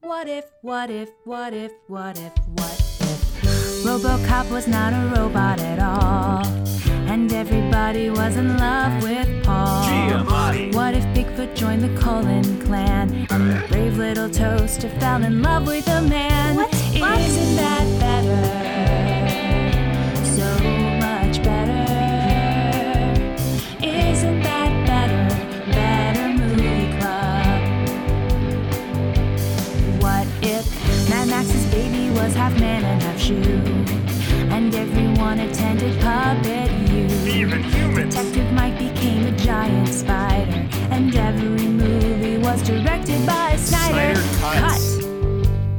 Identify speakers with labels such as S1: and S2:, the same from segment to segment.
S1: What if, what if, what if, what if, what if Robocop was not a robot at all? And everybody was in love with Paul.
S2: Giamatti.
S1: What if Bigfoot joined the Cullen clan? And the brave little toaster fell in love with a man.
S3: What? What?
S1: Isn't that better? So much better. Isn't that better? Better movie club. What if Mad Max's baby was half man and half shoe? And everyone attended puppet U.
S2: Even humans.
S1: Detective Mike became a giant spider, and every movie was directed by Snyder.
S2: Snyder cuts.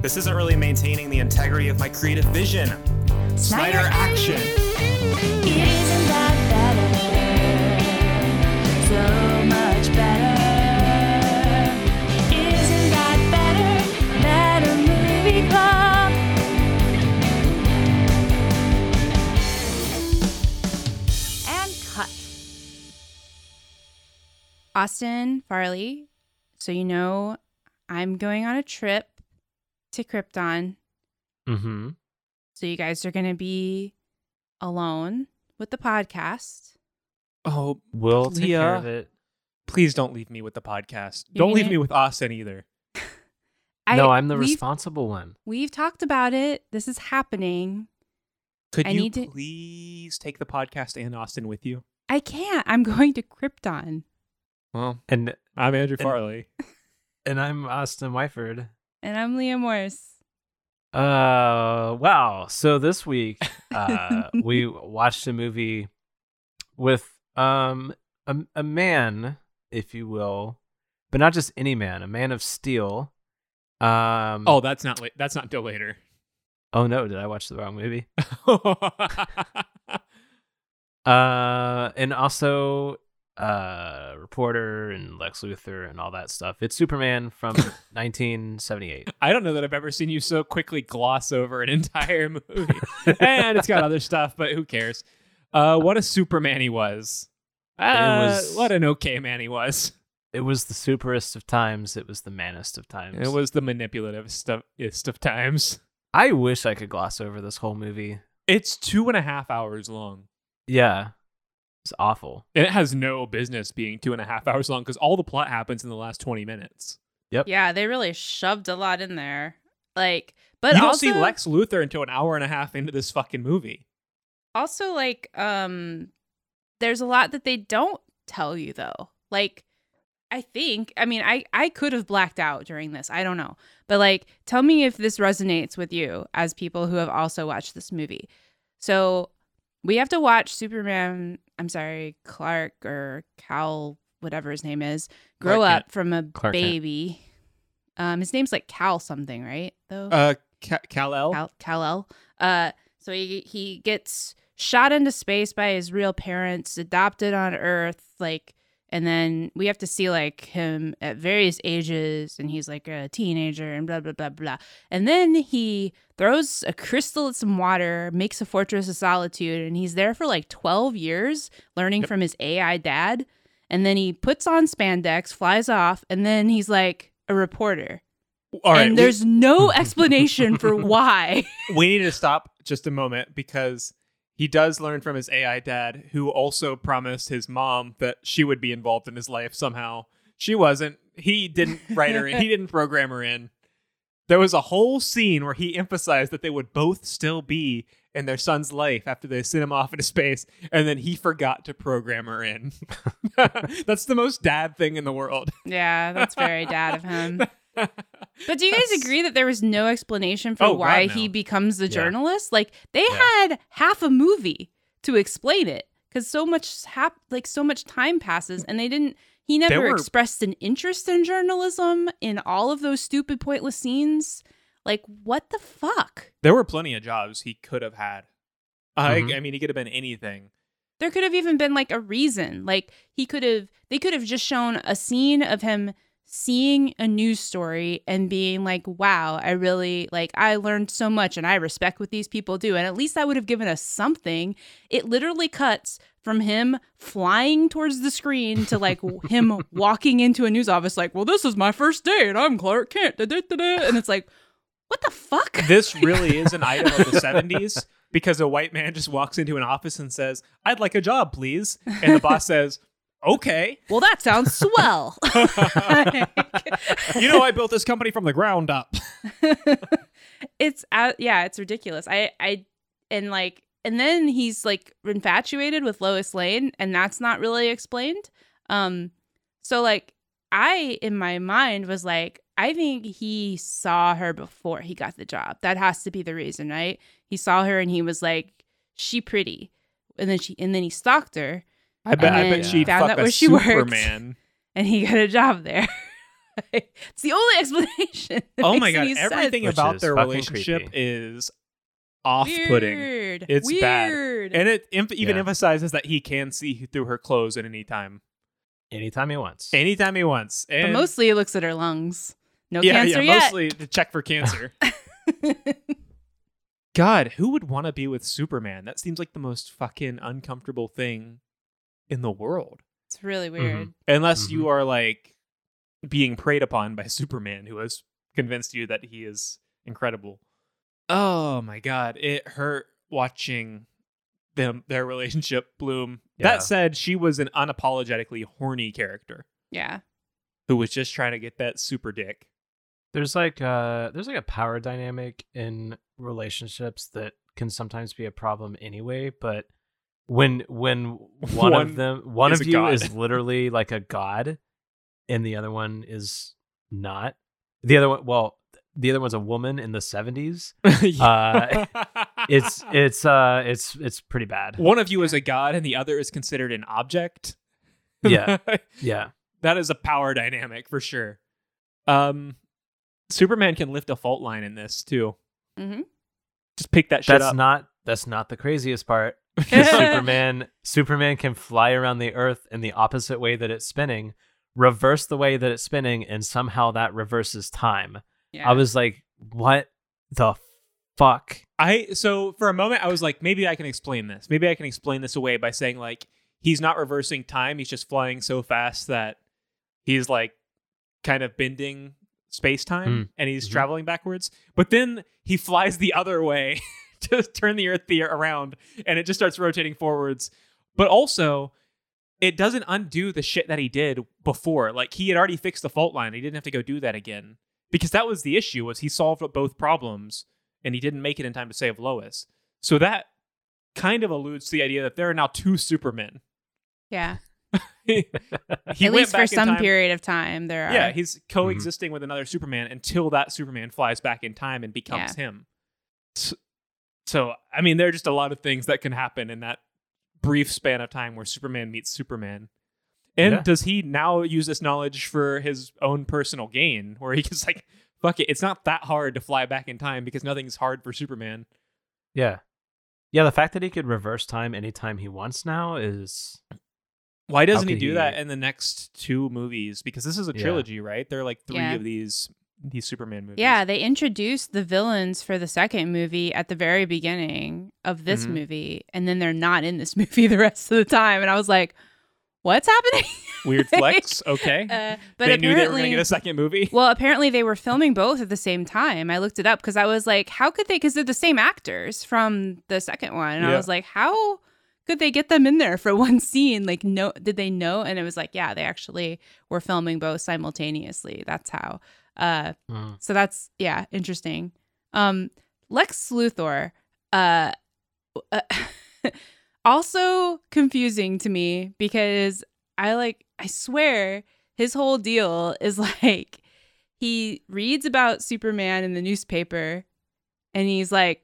S2: This isn't really maintaining the integrity of my creative vision.
S1: Cut.
S2: Snyder action.
S1: Isn't that better? So much better. Isn't that better? Better movie club. And cut.
S3: Austin Farley, so you know I'm going on a trip to Krypton.
S4: Mm-hmm.
S3: So you guys are going to be alone with the podcast.
S5: Oh,
S4: We'll take care
S5: Leah.
S4: of it.
S5: please don't leave me with the podcast.
S3: You're
S5: don't leave
S3: gonna-
S5: me with Austin either.
S4: no, I'm the
S3: we've-
S4: responsible one.
S3: We've talked about it. This is happening.
S5: Could
S3: I
S5: you
S3: need to-
S5: please take the podcast and Austin with you?
S3: I can't. I'm going to Krypton.
S5: Well,
S4: And
S5: I'm Andrew
S4: And-
S5: Farley.
S4: and I'm Austin Wyford.
S3: And I'm Leah Morse.
S4: Uh, wow. So this week, uh, we watched a movie with um a, a man, if you will, but not just any man, a man of steel. Um.
S5: Oh, that's not la- that's not till later.
S4: Oh no! Did I watch the wrong movie? Uh, and also, uh, reporter and Lex Luthor and all that stuff. It's Superman from 1978.
S5: I don't know that I've ever seen you so quickly gloss over an entire movie. and it's got other stuff, but who cares? Uh, what a Superman he was. Uh,
S4: was-
S5: What an okay man he was.
S4: It was the superest of times. It was the manest of times.
S5: It was the manipulativest of times.
S4: I wish I could gloss over this whole movie.
S5: It's two and a half hours long.
S4: Yeah, it's awful.
S5: And it has no business being two and a half hours long because all the plot happens in the last 20 minutes.
S3: Yeah, they really shoved a lot in there. Like, but
S5: you don't
S3: also,
S5: see Lex Luthor until an hour and a half into this fucking movie.
S3: also like um there's a lot that they don't tell you though like i think i mean i i could have blacked out during this i don't know but like tell me if this resonates with you as people who have also watched this movie so we have to watch superman i'm sorry clark or cal whatever his name is grow
S5: Clark
S3: up
S5: Kent.
S3: from a
S4: Clark Kent.
S3: baby um his name's like cal something right though
S5: Uh, Cal El?
S3: Kal- Kal-El. Uh, so he he gets shot into space by his real parents, adopted on Earth, like, and then we have to see like him at various ages, and he's like a teenager, and blah blah blah blah. And then he throws a crystal at some water, makes a fortress of solitude, and he's there for like twelve years, learning
S5: Yep.
S3: from his AI dad. And then he puts on spandex, flies off, and then he's like a reporter.
S5: all right.
S3: and there's no explanation for why.
S5: we, we need to stop just a moment because he does learn from his AI dad, who also promised his mom that she would be involved in his life somehow. She wasn't. He didn't write her in, he didn't program her in. There was a whole scene where he emphasized that they would both still be in their son's life after they sent him off into space, and then he forgot to program her in. That's the most dad thing in the world.
S3: Yeah, that's very dad of him. But do you guys
S5: That's-
S3: agree that there was no explanation for
S5: Oh, God,
S3: why
S5: no.
S3: he becomes the
S4: Yeah.
S3: journalist? Like they
S4: Yeah.
S3: had half a movie to explain it cuz so much hap- like so much time passes and they didn't he never
S5: were-
S3: expressed an interest in journalism in all of those stupid pointless scenes. Like what the fuck?
S5: There were plenty of jobs he could have had. I,
S4: Mhm.
S5: I mean, he could have been anything.
S3: There could have even been like a reason. Like he could have they could have just shown a scene of him seeing a news story and being like, "Wow, I really like I learned so much and I respect what these people do." And at least that would have given us something. It literally cuts from him flying towards the screen to like w- him walking into a news office like, "Well, this is my first day and I'm Clark Kent." da, da, da, da," And it's like, "What the fuck?"
S5: This really is an item of the 70s because a white man just walks into an office and says, I'd like a job, please. And the boss says, Okay.
S3: well, that sounds swell.
S5: You know, I built this company from the ground up.
S3: it's out yeah it's ridiculous i i and like and then he's like infatuated with lois lane and that's not really explained um so like i in my mind was like i think he saw her before he got the job that has to be the reason right he saw her and he was like she pretty and then she and then he stalked her
S5: I bet, I
S3: And
S5: bet
S3: then
S5: she
S3: found
S5: fucked
S3: out
S5: a
S3: where she worked.
S5: Superman.
S3: and he got a job there it's the only explanation that
S5: Oh
S3: makes
S5: my God.
S3: any sense.
S5: Everything
S4: Which
S5: about
S4: is
S5: their
S4: fucking
S5: relationship
S4: creepy.
S5: is off putting.
S3: Weird.
S5: It's bad.
S3: Weird.
S5: And it em- even
S4: Yeah.
S5: emphasizes that he can see through her clothes at any time.
S4: Anytime he wants.
S5: Anytime he wants.
S3: But
S5: And
S3: mostly it looks at her lungs. No
S5: yeah,
S3: cancer
S5: yeah,
S3: yet.
S5: mostly to check for cancer. God, who would want to be with Superman? That seems like the most fucking uncomfortable thing in the world.
S3: It's really
S5: Mm-hmm.
S3: weird.
S5: Unless
S4: Mm-hmm.
S5: you are like being preyed upon by Superman, who has convinced you that he is incredible. Oh my God, it hurt watching them their relationship bloom.
S4: Yeah.
S5: That said, she was an unapologetically horny character
S3: Yeah.
S5: who was just trying to get that super dick.
S4: There's like uh there's like a power dynamic in relationships that can sometimes be a problem anyway, but when when
S5: One
S4: one, of them one
S5: is
S4: of
S5: a
S4: you
S5: god.
S4: is literally like a god and the other one is not. The other one well, the other one's a woman in the 70s. Uh it's it's uh it's it's pretty bad.
S5: one of you is a god and the other is considered an object.
S4: Yeah. Yeah.
S5: that is a power dynamic for sure. Um, Superman can lift a fault line in this too.
S3: Mm-hmm.
S5: Just pick that shit
S4: That's
S5: up.
S4: not that's not the craziest part. 'Cause Superman Superman can fly around the earth in the opposite way that it's spinning, reverse the way that it's spinning, and somehow that reverses time.
S3: Yeah.
S4: I was like, what the fuck?
S5: I so for a moment I was like, maybe I can explain this. Maybe I can explain this away by saying like he's not reversing time. He's just flying so fast that he's like kind of bending space time and he's
S4: Mhm.
S5: traveling backwards. But then he flies the other way to turn the earth the around and it just starts rotating forwards. But also it doesn't undo the shit that he did before. Like he had already fixed the fault line. He didn't have to go do that again. Because that was the issue was he solved both problems and he didn't make it in time to save Lois. So that kind of alludes to the idea that there are now two Supermen.
S3: yeah.
S5: he
S3: At least for
S5: back in
S3: some
S5: time-
S3: period of time, there are.
S5: Yeah, he's coexisting with another Superman until that Superman flies back in time and becomes him. So, so, I mean, there are just a lot of things that can happen in that brief span of time where Superman meets Superman. And
S4: Yeah.
S5: does he now use this knowledge for his own personal gain, where he he's like, "Fuck it, it's not that hard to fly back in time because nothing's hard for Superman."
S4: Yeah. Yeah, the fact that he could reverse time anytime he wants now is
S5: Why doesn't he
S4: could
S5: do
S4: he-
S5: that in the next two movies? Because this is a
S4: Yeah.
S5: trilogy, right? There are like three
S3: Yeah.
S5: of these these Superman movies.
S3: Yeah, they introduced the villains for the second movie at the very beginning of this
S5: Mhm.
S3: movie, and then they're not in this movie the rest of the time. And I was like, what's happening?
S5: Weird flex. Okay.
S3: Uh, but
S5: they
S3: apparently,
S5: knew they were going to get a second movie.
S3: Well, apparently they were filming both at the same time. I looked it up because I was like, how could they? Because they're the same actors from the second one. And I
S5: Yeah.
S3: was like, how could they get them in there for one scene? Like, no, did they know? And it was like, yeah, they actually were filming both simultaneously. That's how. Uh,
S4: Mm.
S3: so that's, yeah, interesting. Um, Lex Luthor, uh, uh also confusing to me because I like, I swear his whole deal is like he reads about Superman in the newspaper and he's like,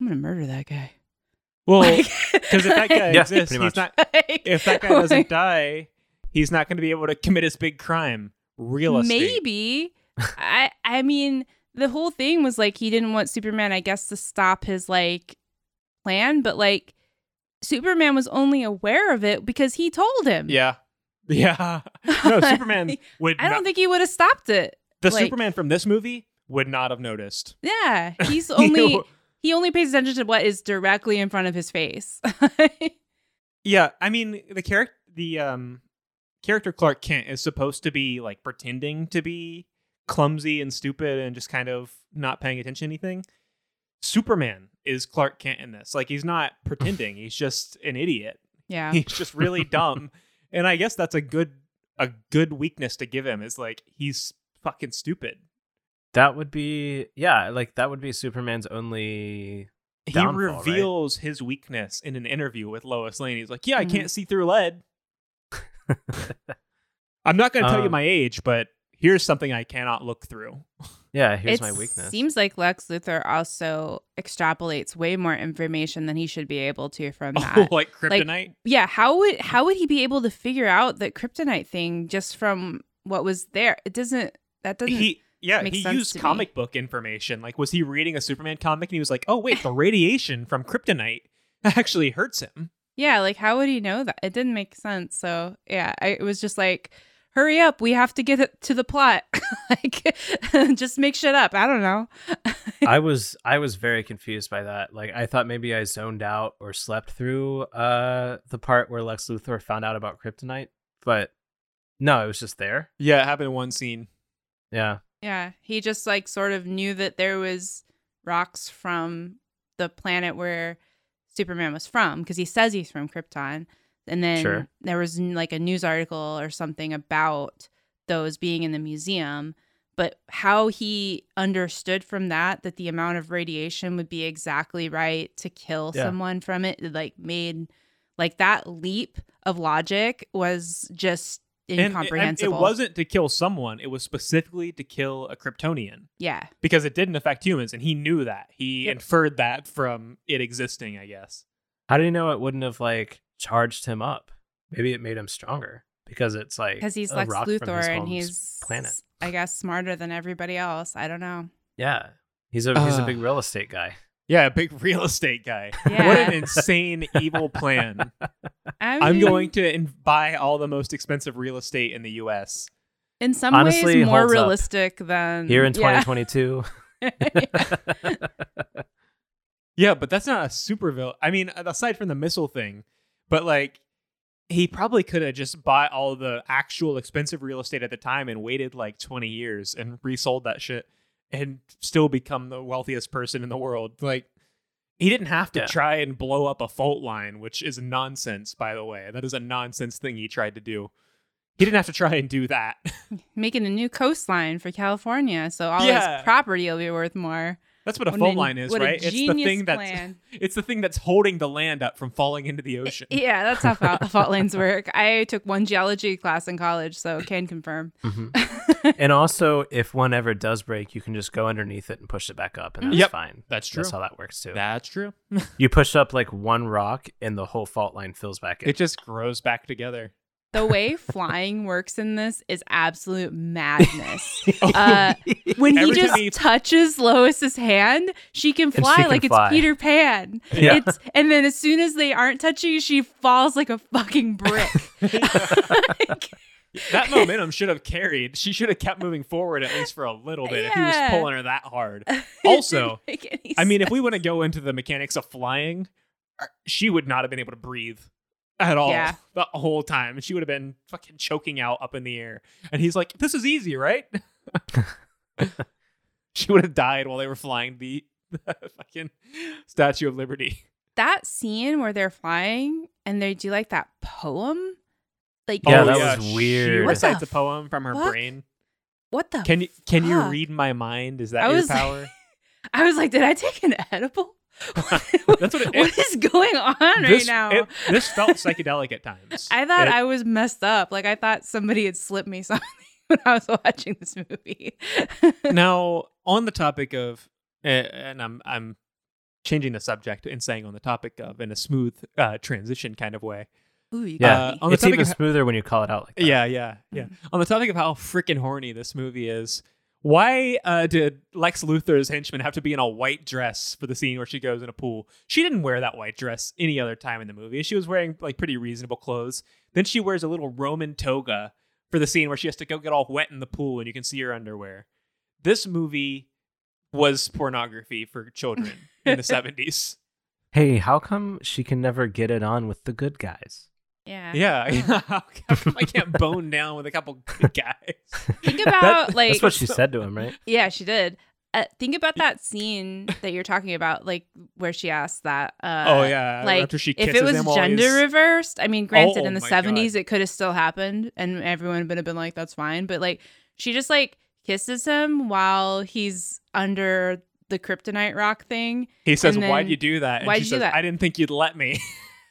S3: I'm gonna murder that guy.
S5: Well,
S3: Like-
S5: because if that guy
S4: Yeah,
S5: exists,
S4: pretty
S5: he's
S4: much.
S5: not.
S3: Like,
S5: If that guy doesn't
S3: like,
S5: die, he's not going to be able to commit his big crime. Real estate.
S3: maybe I I mean the whole thing was like he didn't want Superman, I guess, to stop his like plan, but like Superman was only aware of it because he told him.
S5: Yeah. Yeah. No, Superman would.
S3: I
S5: not-
S3: don't think he would have stopped it.
S5: the
S3: like-
S5: Superman from this movie would not have noticed.
S3: Yeah, he's
S5: You
S3: only
S5: know?
S3: he only pays attention to what is directly in front of his face.
S5: Yeah, I mean the character the um character Clark Kent is supposed to be like pretending to be clumsy and stupid and just kind of not paying attention to anything. Superman is Clark Kent in this. Like he's not pretending, he's just an idiot.
S3: Yeah.
S5: He's just really dumb. And I guess that's a good a good weakness to give him is like he's fucking stupid.
S4: That would be yeah, like that would be Superman's only Downfall,
S5: he
S4: right?
S5: reveals his weakness in an interview with Lois Lane. He's like, "Yeah, I
S3: Mhm.
S5: can't see through lead. I'm not going to tell you
S4: Um,
S5: my age, but here's something I cannot look through."
S4: Yeah, here's
S3: it
S4: my weakness.
S3: seems like Lex Luthor also extrapolates way more information than he should be able to from
S5: Oh,
S3: that.
S5: like kryptonite.
S3: yeah, how would how would he be able to figure out that kryptonite thing just from what was there? It doesn't that doesn't
S5: he yeah,
S3: make
S5: he
S3: sense
S5: used
S3: to me.
S5: comic book information. Like was he reading a Superman comic and he was like, "Oh, wait, the radiation from kryptonite actually hurts him."
S3: Yeah, like how would he know that? It didn't make sense. So yeah, I, it was just like, hurry up, we have to get it to the plot. like, just make shit up. I don't know.
S4: I was I was very confused by that. Like I thought maybe I zoned out or slept through uh the part where Lex Luthor found out about kryptonite, but no, it was just there.
S5: Yeah, it happened in one scene.
S4: Yeah.
S3: Yeah, he just like sort of knew that there was rocks from the planet where Superman was from because he says he's from Krypton, and then
S4: Sure.
S3: there was n- like a news article or something about those being in the museum. But how he understood from that that the amount of radiation would be exactly right to kill
S4: Yeah.
S3: someone from it, it, like made like that leap of logic was just
S5: And- and- and
S3: incomprehensible.
S5: it wasn't to kill someone, it was specifically to kill a Kryptonian.
S3: yeah.
S5: because it didn't affect humans and he knew that he
S3: Yep.
S5: inferred that from it existing i guess
S4: How do you know it wouldn't have like charged him up? Maybe it made him stronger because it's like
S3: because he's
S4: a
S3: Lex
S4: rock from his
S3: Luthor and
S4: home's
S3: he's
S4: planet.
S3: I guess smarter than everybody else. I don't know.
S4: Yeah. He's a he's a
S5: Uh.
S4: big real estate guy.
S5: yeah a big real estate guy what
S3: Yeah.
S5: an insane evil plan
S3: I
S5: i'm
S3: mean,
S5: going to in- buy all the most expensive real estate in the us
S3: in some
S4: Honestly,
S3: ways more
S4: holds up.
S3: realistic than
S4: Here in
S3: Mm, yeah.
S4: 2022.
S5: yeah but that's not a super villain i mean aside from the missile thing but like he probably could have just bought all the actual expensive real estate at the time and waited like 20 years and resold that shit and still become the wealthiest person in the world. Like he didn't have to
S4: Yeah.
S5: try and blow up a fault line, which is nonsense, by the way. That is a nonsense thing he tried to do. He didn't have to try and do that.
S3: making a new coastline for California, so all
S5: Yeah.
S3: his property will be worth more.
S5: That's what a
S3: What
S5: fault
S3: an-
S5: line is,
S3: what a
S5: right? It's the
S3: genius
S5: thing that's
S3: plan.
S5: it's the thing that's holding the land up from falling into the ocean.
S3: Yeah, that's how fault, fault lines work. I took one geology class in college, so can confirm.
S4: Mhm. and also, if one ever does break, you can just go underneath it and push it back up, and
S3: Mm.
S4: that's
S5: Yep.
S4: fine.
S5: That's
S4: That's how that works too.
S5: That's true.
S4: You push up like one rock, and the whole fault line fills back in.
S5: It just grows back together.
S3: The way flying works in this is absolute madness. Uh, when he
S5: Every time
S3: just
S5: he-
S3: touches Lois's hand, she can
S4: she
S3: fly
S4: can
S3: like
S4: fly.
S3: it's Peter Pan.
S4: Yeah.
S3: It's and then as soon as they aren't touching, she falls like a fucking brick. Like,
S5: That momentum should have carried. She should have kept moving forward at least for a little bit if he was
S3: Yeah.
S5: pulling her that hard.
S3: it
S5: Also,
S3: didn't make any
S5: I mean, if
S3: sense.
S5: we want to go into the mechanics of flying, uh, she would not have been able to breathe at all
S3: Yeah.
S5: the whole time. She would have been fucking choking out up in the air. And he's like, "This is easy, right?" she would have died while they were flying the, the fucking Statue of Liberty.
S3: that scene where they're flying and they do like that poem, like
S4: Yeah,
S5: Oh,
S4: that
S5: yeah,
S4: was
S5: she
S4: weird.
S3: What the
S5: recites a poem from her
S3: fuck?
S5: brain.
S3: what the
S5: Can you can you
S3: fuck?
S5: read my mind? Is
S3: I
S5: that your
S3: was-
S5: power?
S3: I was like, did I take an edible?
S5: That's what it
S3: what is going on right
S5: this,
S3: now?
S5: it- this felt psychedelic at times.
S3: I thought
S5: It-
S3: I was messed up. Like I thought somebody had slipped me something when I was watching this movie.
S5: now on the topic of uh, and i'm i'm changing the subject and saying on the topic of in a smooth uh, transition kind of way
S3: Ooh, you
S4: yeah,
S5: Uh,
S3: got me.
S5: on the
S4: it's even
S5: topic of-
S4: smoother when you call it out like that.
S5: yeah yeah yeah on the topic of how freaking horny this movie is why uh, did lex luthor's henchman have to be in a white dress for the scene where she goes in a pool she didn't wear that white dress any other time in the movie she was wearing like pretty reasonable clothes then she wears a little roman toga for the scene where she has to go get all wet in the pool and you can see her underwear this movie was pornography for children in the 70s
S4: hey, how come she can never get it on with the good guys?
S3: Yeah.
S5: Yeah, how come I can't bone down with a couple good guys.
S3: Think
S4: That-
S3: about like
S4: that's what she said to him, right?
S3: Yeah, she did. Uh, think about that scene that you're talking about, like where she asked that. Uh,
S5: oh yeah,
S3: like
S5: after she
S3: if
S5: kisses
S3: it was
S5: him while
S3: gender
S5: he's-
S3: reversed, I mean, granted,
S5: Oh
S3: in the
S5: my God.
S3: '70s it could have still happened, and everyone would have been like, "That's fine," but like she just like kisses him while he's under the kryptonite rock thing.
S5: he says,
S3: and then-
S5: "Why'd you do that?" And
S3: "Why'd
S5: she
S3: you do
S5: says,
S3: that?"
S5: "I didn't think you'd let me."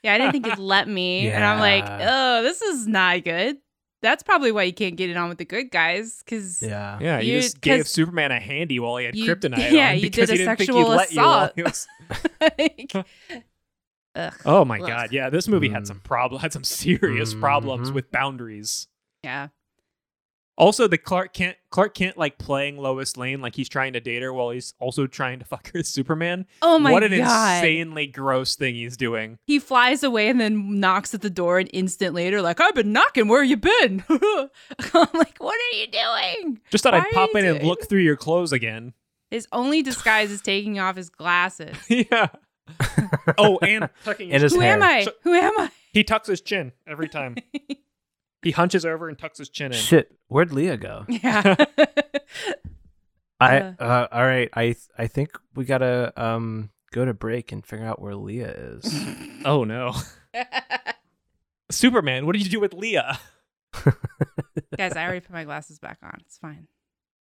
S3: Yeah, I didn't think you'd let me, and I'm like,
S4: Yeah.
S3: oh, this is not good. That's probably why you can't get it on with the good guys, because
S4: Yeah.
S5: Yeah, you,
S3: You-
S5: just gave
S3: 'cause-
S5: Superman a handy while he had
S3: You-
S5: kryptonite.
S3: yeah,
S5: on
S3: you
S5: because
S3: did
S5: he
S3: a
S5: didn't think
S3: sexual
S5: he'd let you while
S3: assault.
S5: he was-
S3: ugh,
S5: oh my
S3: Ugh.
S5: god, yeah, this movie had
S4: Mm.
S5: some problem, had some serious problems
S4: Mhm.
S5: with boundaries.
S3: yeah,
S5: Also, the Clark Kent, Clark Kent, like playing Lois Lane, like he's trying to date her while he's also trying to fuck her as Superman.
S3: oh my
S5: what an
S3: god,
S5: insanely gross thing he's doing.
S3: he flies away and then knocks at the door an instant later, like, I've been knocking, where you been? I'm like, what are you doing?
S5: Just thought
S3: Why
S5: I'd
S3: are
S5: pop
S3: you
S5: in and
S3: doing-
S5: look through your clothes again.
S3: His only disguise is taking off his glasses.
S5: yeah. Oh, and tucking
S4: And
S5: his,
S4: his
S3: Who
S4: hair.
S3: am I?
S5: So-
S3: Who am I?
S5: he tucks his chin every time. he hunches over and tucks his chin in.
S4: Shit, where'd Leah go?
S3: Yeah.
S4: I
S3: Uh.
S4: uh, all right. I th- I think we gotta um go to break and figure out where Leah is.
S5: Oh no. Superman, what did you do with Leah?
S3: Guys, I already put my glasses back on. It's fine.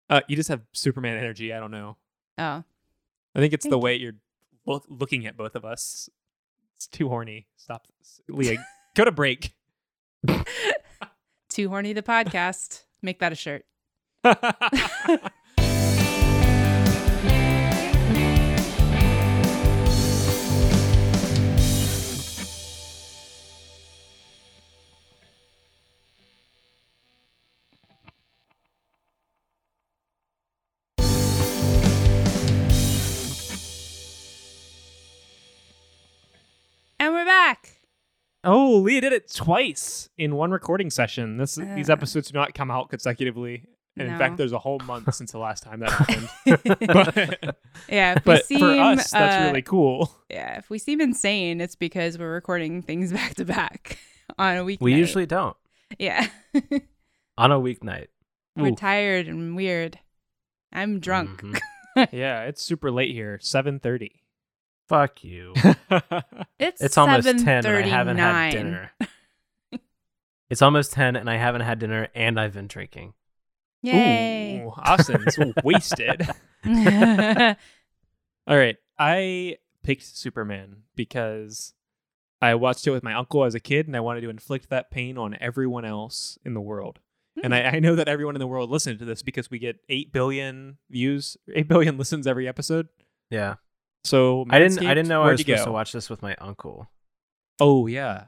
S5: Uh, you just have Superman energy. I don't know. I
S3: Oh.
S5: think it's the
S3: Thank
S5: way you're look- looking at both of us. It's too horny. Stop, this. Leah. go to break.
S3: Too horny the podcast. Make that a shirt. And we're back.
S5: oh, Leah did it twice in one recording session. This these
S3: Uh.
S5: episodes do not come out consecutively. And in
S3: No.
S5: fact, there's a whole month since the last time that happened. but
S3: Yeah. If
S5: but
S3: we seem,
S5: for us, that's
S3: uh,
S5: really cool.
S3: Yeah. If we seem insane, it's because we're recording things back to back on a week.
S4: We usually don't
S3: Yeah.
S4: on a weeknight.
S3: we're
S5: Ooh.
S3: tired and weird. I'm drunk.
S4: Mhm.
S5: Yeah, it's super late here. Seven thirty.
S4: Fuck you.
S3: It's
S4: It's almost ten, and I haven't
S3: 7:39.
S4: had dinner. it's almost ten, and I haven't had dinner, and I've been drinking.
S3: Yay.
S5: Ooh, Austin's wasted. All right. I picked Superman because I watched it with my uncle as a kid and I wanted to inflict that pain on everyone else in the world. And I, I know that everyone in the world listened to this because we get 8 billion views, 8 billion listens every episode.
S4: Yeah,
S5: So
S4: I didn't. I
S5: Manscaped,
S4: didn't know I
S5: where'd
S4: was
S5: you
S4: supposed
S5: go?
S4: to watch this with my uncle.
S5: Oh, yeah.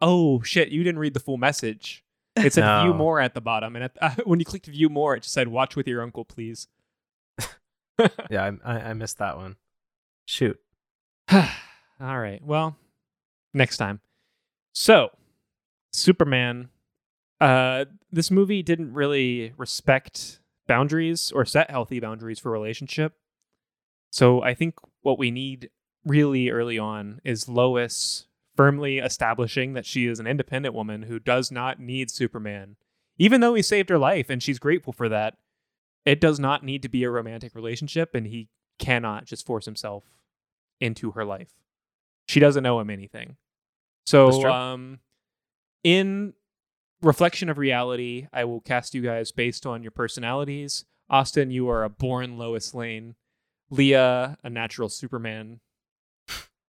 S5: Oh, shit. You didn't read the full message. It said
S4: No.
S5: view more at the bottom. And at, when you clicked view more, it just said watch with your uncle, please.
S4: Yeah, I, I, I missed that one. Shoot.
S5: All right. Well, next time. So, Superman. Uh, this movie didn't really respect boundaries or set healthy boundaries for relationship. So I think what we need really early on is Lois firmly establishing that she is an independent woman who does not need Superman. Even though he saved her life and she's grateful for that, it does not need to be a romantic relationship and he cannot just force himself into her life. She doesn't owe him anything.
S4: That's
S5: So
S4: true.
S5: um in reflection of reality, I will cast you guys based on your personalities. Austin, you are a born Lois Lane. Leah, a natural Superman.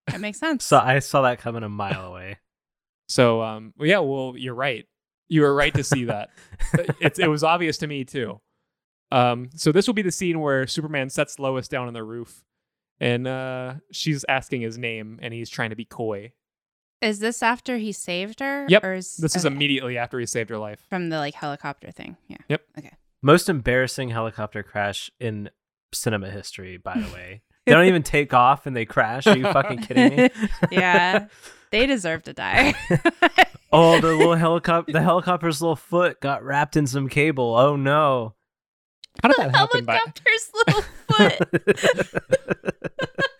S3: that makes sense.
S4: So I saw that coming a mile away.
S5: So um well, yeah, well, you're right. You were right to see that. it's it was obvious to me too. Um so this will be the scene where Superman sets Lois down on the roof and uh she's asking his name and he's trying to be coy.
S3: Is this after he saved her?
S5: Yep.
S3: Or is,
S5: This is
S3: okay.
S5: immediately after he saved her life.
S3: from the like helicopter thing. Yeah.
S4: Most embarrassing helicopter crash in cinema history, by the way. they don't even take off and they crash. Are you fucking kidding me?
S3: Yeah. They deserve to die.
S4: oh, the little helicopter, the helicopter's little foot got wrapped in some cable. Oh no.
S5: How did
S3: the
S5: that happen? By-
S3: helicopter's little foot.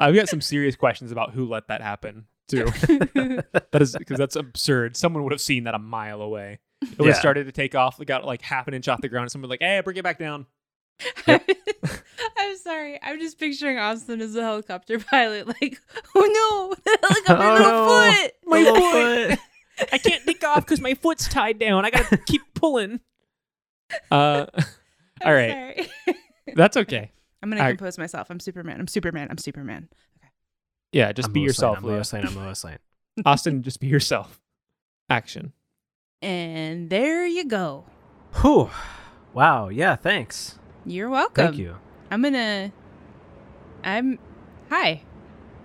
S5: I've got some serious questions about who let that happen too. that is because that's absurd. Someone would have seen that a mile away. It would
S4: Yeah.
S5: have started to take off. It got like half an inch off the ground. And someone was like, "Hey, bring it back down."
S3: I'm sorry. I'm just picturing Austin as a helicopter pilot. Like, oh no, the helicopter
S4: Oh, no.
S3: foot.
S5: My
S4: Little
S5: foot.
S4: foot.
S5: I can't take off because my foot's tied down. I gotta keep pulling. Uh,
S3: I'm
S5: all right,
S3: sorry.
S5: that's okay.
S3: I'm gonna
S5: All right.
S3: compose myself. I'm Superman. I'm Superman. I'm Superman.
S5: Yeah, just
S4: I'm
S5: be
S4: Lois
S5: yourself,
S4: Lane,
S5: Leo.
S4: I'm Lois Lane. I'm Lois Lane.
S5: Austin, just be yourself. Action.
S3: And there you go.
S4: Whew. Wow. Yeah. Thanks.
S3: You're welcome.
S4: Thank you.
S3: I'm gonna. I'm. Hi.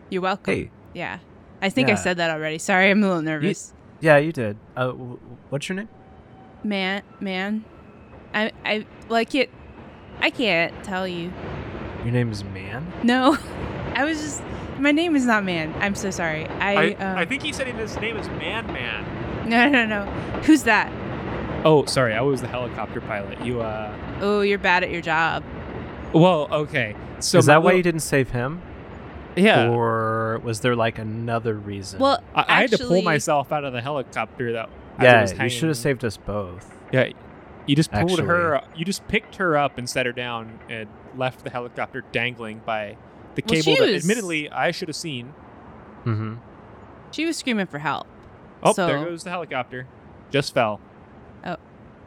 S3: You're welcome.
S4: Hey.
S3: Yeah. I think I
S4: Yeah.
S3: said that already. Sorry, I'm a little nervous.
S4: Yeah, you did. Uh, w- w- what's your name?
S3: man, man. I I like it. I can't tell you.
S4: Your name is Man.
S3: No, I was just. My name is not man. I'm so sorry. I, um,
S5: think he said his name is Man Man.
S3: no no no. Who's that?
S5: Oh, sorry, I was the helicopter pilot. You uh.
S3: Oh, you're bad at your job.
S5: Well, okay. So
S4: is that
S5: my
S4: why you
S5: little-
S4: didn't save him?
S5: Yeah.
S4: Or was there like another reason?
S3: Well,
S5: I, I had to pull
S3: actually-
S5: myself out of the helicopter that. as it was
S4: yeah, you
S5: hanging.
S4: should have saved us both.
S5: Yeah, you just pulled
S4: Actually.
S5: her. You just picked her up and set her down and left the helicopter dangling by the
S3: Well,
S5: cable
S3: she
S5: that,
S3: was-
S5: admittedly, I should have seen.
S4: Mm-hmm.
S3: She was screaming for help.
S5: Oh,
S3: So-
S5: there goes the helicopter. Just fell.
S3: Oh.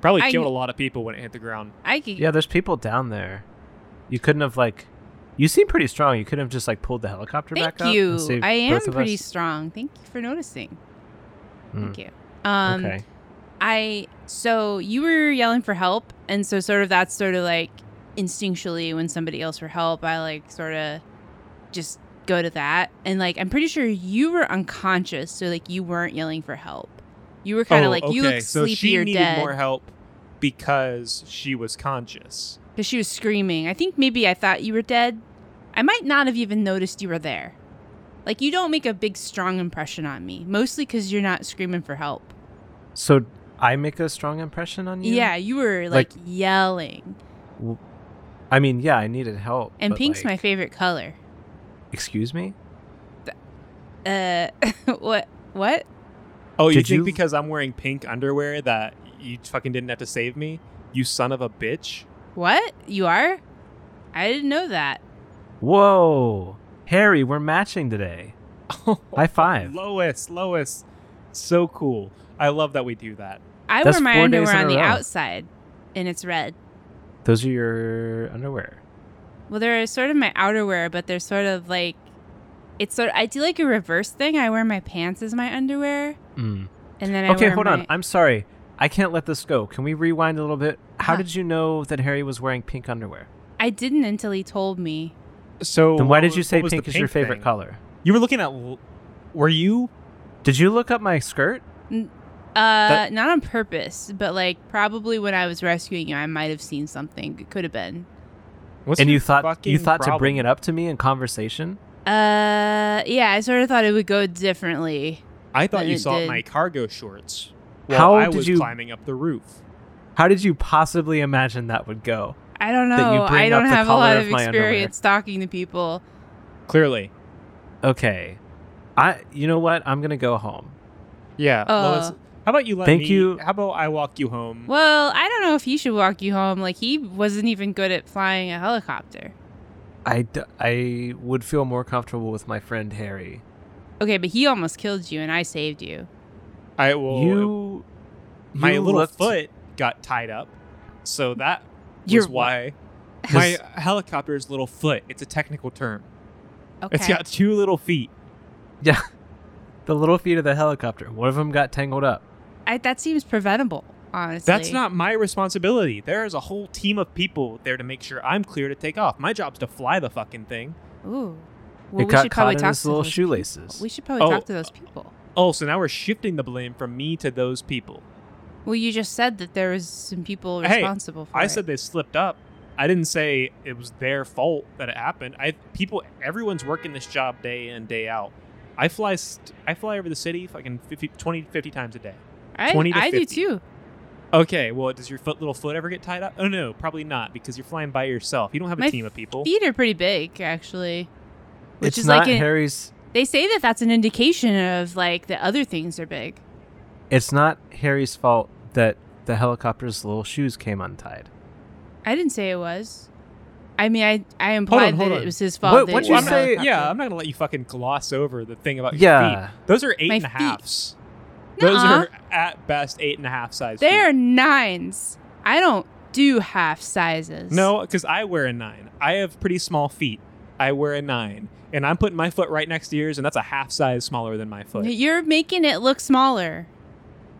S5: Probably
S3: I-
S5: killed a lot of people when it hit the ground.
S3: I could.
S4: Yeah, there's people down there. You couldn't have like. You seem pretty strong. You could have just like pulled the helicopter
S3: Thank
S4: back up.
S3: you.
S4: and saved
S3: I am
S4: both of
S3: pretty
S4: us.
S3: strong. Thank you for noticing.
S4: Mm.
S3: Thank you. Um,
S4: okay.
S3: I so you were yelling for help, and so sort of that's sort of like instinctually when somebody else for help, I like sort of just go to that, and like I'm pretty sure you were unconscious, so like you weren't yelling for help. You were
S5: Oh,
S3: kind of like you look sleepy or dead
S5: help because she was conscious.
S3: because she was screaming. I think maybe I thought you were dead. I might not have even noticed you were there. Like you don't make a big strong impression on me, mostly because you're not screaming for help.
S4: So I make a strong impression on you.
S3: Yeah, you were like,
S4: Like-
S3: yelling,
S4: W- I mean, yeah, I needed help.
S3: and
S4: but,
S3: pink's my
S4: like-
S3: favorite color.
S4: Excuse me.
S3: uh what what
S5: Oh, you
S4: Did
S5: think
S4: you-
S5: because I'm wearing pink underwear that you fucking didn't have to save me? You son of a bitch.
S3: what you are i didn't know that
S4: Whoa, Harry, we're matching today. High five.
S5: Lois, Lois. So cool. I love that we do that.
S3: i
S4: That's
S3: wear my
S4: four days
S3: underwear
S4: in
S3: on
S4: a
S3: the
S4: row.
S3: outside and it's red
S4: Those are your underwear.
S3: well they're sort of my outerwear but they're sort of like it's sort i do like a reverse thing i wear my pants as my underwear
S4: Mm.
S3: and then I
S4: Okay,
S3: wear
S4: hold on.
S3: my-
S4: I'm sorry. I can't let this go. Can we rewind a little bit? How
S3: Huh.
S4: did you know that Harry was wearing pink underwear?
S3: i didn't until he told me
S5: So
S4: then why did
S5: what
S4: you
S5: was-
S4: say
S5: what was the
S4: pink is your favorite
S5: thing?
S4: color?
S5: You were looking at. l- Were you?
S4: Did you look up my skirt?
S3: uh not on purpose but like probably when i was rescuing you i might have seen something it could have been
S5: What's
S4: and
S5: your
S4: you thought you
S5: fucking
S4: thought to bring
S5: problem?
S4: it up to me in conversation?
S3: uh yeah i sort of thought it would go differently
S5: I thought
S3: than
S5: you
S3: it
S5: saw
S3: did.
S5: my cargo shorts while
S4: How
S5: I
S4: did
S5: was
S4: you-
S5: climbing up the roof.
S4: How did you possibly imagine that would go?
S3: I don't
S4: that you
S3: know.
S4: bring
S3: I don't
S4: up the
S3: have a
S4: color
S3: lot
S4: of
S3: of
S4: my underwear.
S3: experience talking to people.
S5: Clearly.
S4: Okay. I you know what? I'm going to go home.
S5: Yeah. Lois,
S3: Uh.
S5: how about you let
S4: Thank
S5: me-
S4: you.
S5: How about I walk you home?
S3: Well, I don't know if he should walk you home. Like he wasn't even good at flying a helicopter.
S4: I, d- I would feel more comfortable with my friend Harry.
S3: Okay, but he almost killed you, and I saved you.
S5: I will.
S4: you
S5: my
S4: you
S5: little
S4: looked-
S5: foot got tied up, so that was
S3: Your what?
S5: why my
S4: Has-
S5: helicopter's little foot. It's a technical term.
S3: Okay.
S5: It's got two little feet.
S4: Yeah. The little feet of the helicopter. One of them got tangled up.
S3: I, that seems preventable, honestly.
S5: That's not my responsibility. There is a whole team of people there to make sure I'm clear to take off. My job's to fly the fucking thing.
S3: Ooh. Well, we
S4: it got
S3: should
S4: caught
S3: probably
S4: in
S3: talk
S4: its
S3: to
S4: little
S3: those
S4: shoelaces.
S3: people. We should probably
S5: Oh.
S3: talk to those people.
S5: Oh, so now we're shifting the blame from me to those people.
S3: Well, you just said that there was some people
S5: Hey,
S3: responsible for
S5: I
S3: it.
S5: said they slipped up. I didn't say it was their fault that it happened. I people, everyone's working this job day in day out. I fly, st- I fly over the city fucking 50, 20, 50 times a day.
S3: I,
S5: 20 to
S3: I do
S5: 50.
S3: too.
S5: Okay, well, does your foot, little foot ever get tied up? Oh no, probably not, because you're flying by yourself. You don't have a
S3: My
S5: team of people.
S3: Feet are pretty big, actually. Which
S4: it's
S3: is
S4: not
S3: like a-
S4: Harry's.
S3: They say that that's an indication of like the other things are big.
S4: It's not Harry's fault that the helicopter's little shoes came untied.
S3: I didn't say it was. I mean, I I implied
S5: hold
S3: that
S5: on.
S3: it was his fault.
S4: What-
S3: that
S4: what'd
S3: it
S4: you
S3: was
S5: Well,
S3: a
S5: I'm not-
S4: say-
S3: helicopter.
S5: yeah, I'm not gonna let you fucking gloss over the thing about your
S4: Yeah.
S5: feet. Those are eight
S3: My
S5: and a
S3: feet.
S5: halfs. Those
S3: Nuh-uh.
S5: are at best eight and a half size. feet.
S3: They are nines. I don't do half sizes.
S5: No, because I wear a nine. I have pretty small feet. I wear a nine, and I'm putting my foot right next to yours, and that's a half size smaller than my foot.
S3: You're making it look smaller.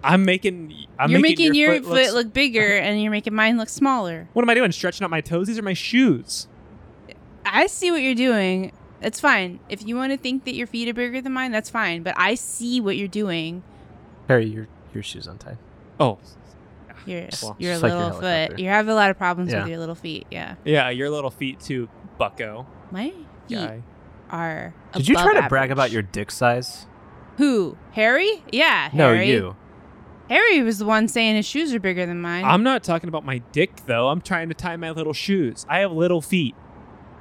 S5: I'm making. I'm
S3: you're making, your, foot,
S5: looks-
S3: look bigger, and you're making mine look smaller.
S5: What am I doing? Stretching out my toes? These are my shoes.
S3: I see what you're doing. It's fine. If you want to think that your feet are bigger than mine, that's fine. But I see what you're doing.
S4: Harry, your your shoes untied.
S5: Oh,
S3: You're,
S5: Well,
S3: you're a
S4: just like your
S3: little foot.
S4: helicopter.
S3: You have a lot of problems
S4: Yeah.
S3: with your little feet. Yeah.
S5: yeah, your little feet too, Bucko
S3: My feet
S5: guy.
S3: are.
S4: Did you try to
S3: above
S4: brag about
S3: average.
S4: your dick size?
S3: Who? Harry? Yeah.
S4: No,
S3: Harry.
S4: you.
S3: Harry was the one saying his shoes are bigger than mine.
S5: I'm not talking about my dick though. I'm trying to tie my little shoes. I have little feet.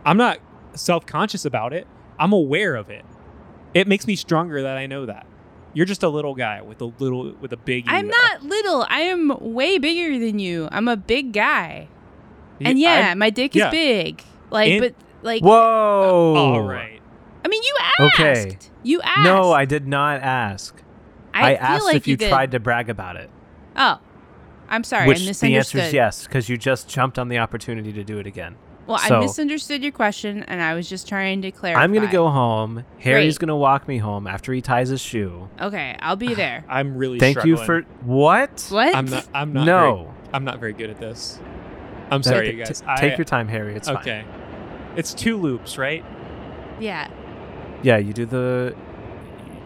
S5: I'm not self-conscious about it. I'm aware of it. It makes me stronger that I know that. You're just a little guy with a little with a big.
S3: I'm
S5: you.
S3: not little. I am way bigger than you. I'm a big guy.
S5: You-
S3: and yeah,
S5: I'm-
S3: my dick is
S5: yeah.
S3: big. Like,
S5: And-
S3: but like,
S4: Whoa!
S5: Oh. all right.
S3: I mean, you asked.
S4: Okay.
S3: You asked.
S4: No, I did not ask. I,
S3: feel
S4: asked
S3: like
S4: if you,
S3: did.
S4: tried to brag about it,
S3: Oh, I'm sorry. I
S4: which the answer
S3: misunderstood.
S4: is yes, because you just jumped on the opportunity to do it again.
S3: Well,
S4: So-
S3: I misunderstood your question, and I was just trying to clarify.
S4: I'm gonna go home. Harry's
S3: Great.
S4: gonna walk me home after he ties his shoe.
S3: Okay, I'll be there.
S5: I'm really.
S4: Thank you for
S5: struggling.
S4: what?
S3: what?
S5: I'm not. I'm not.
S4: no.
S5: Very, I'm not very good at this. I'm
S4: No,
S5: sorry,
S4: t-
S5: you guys.
S4: t-
S5: I-
S4: take your time, Harry. It's fine.
S5: okay. It's two loops, right?
S3: Yeah.
S4: Yeah, you do the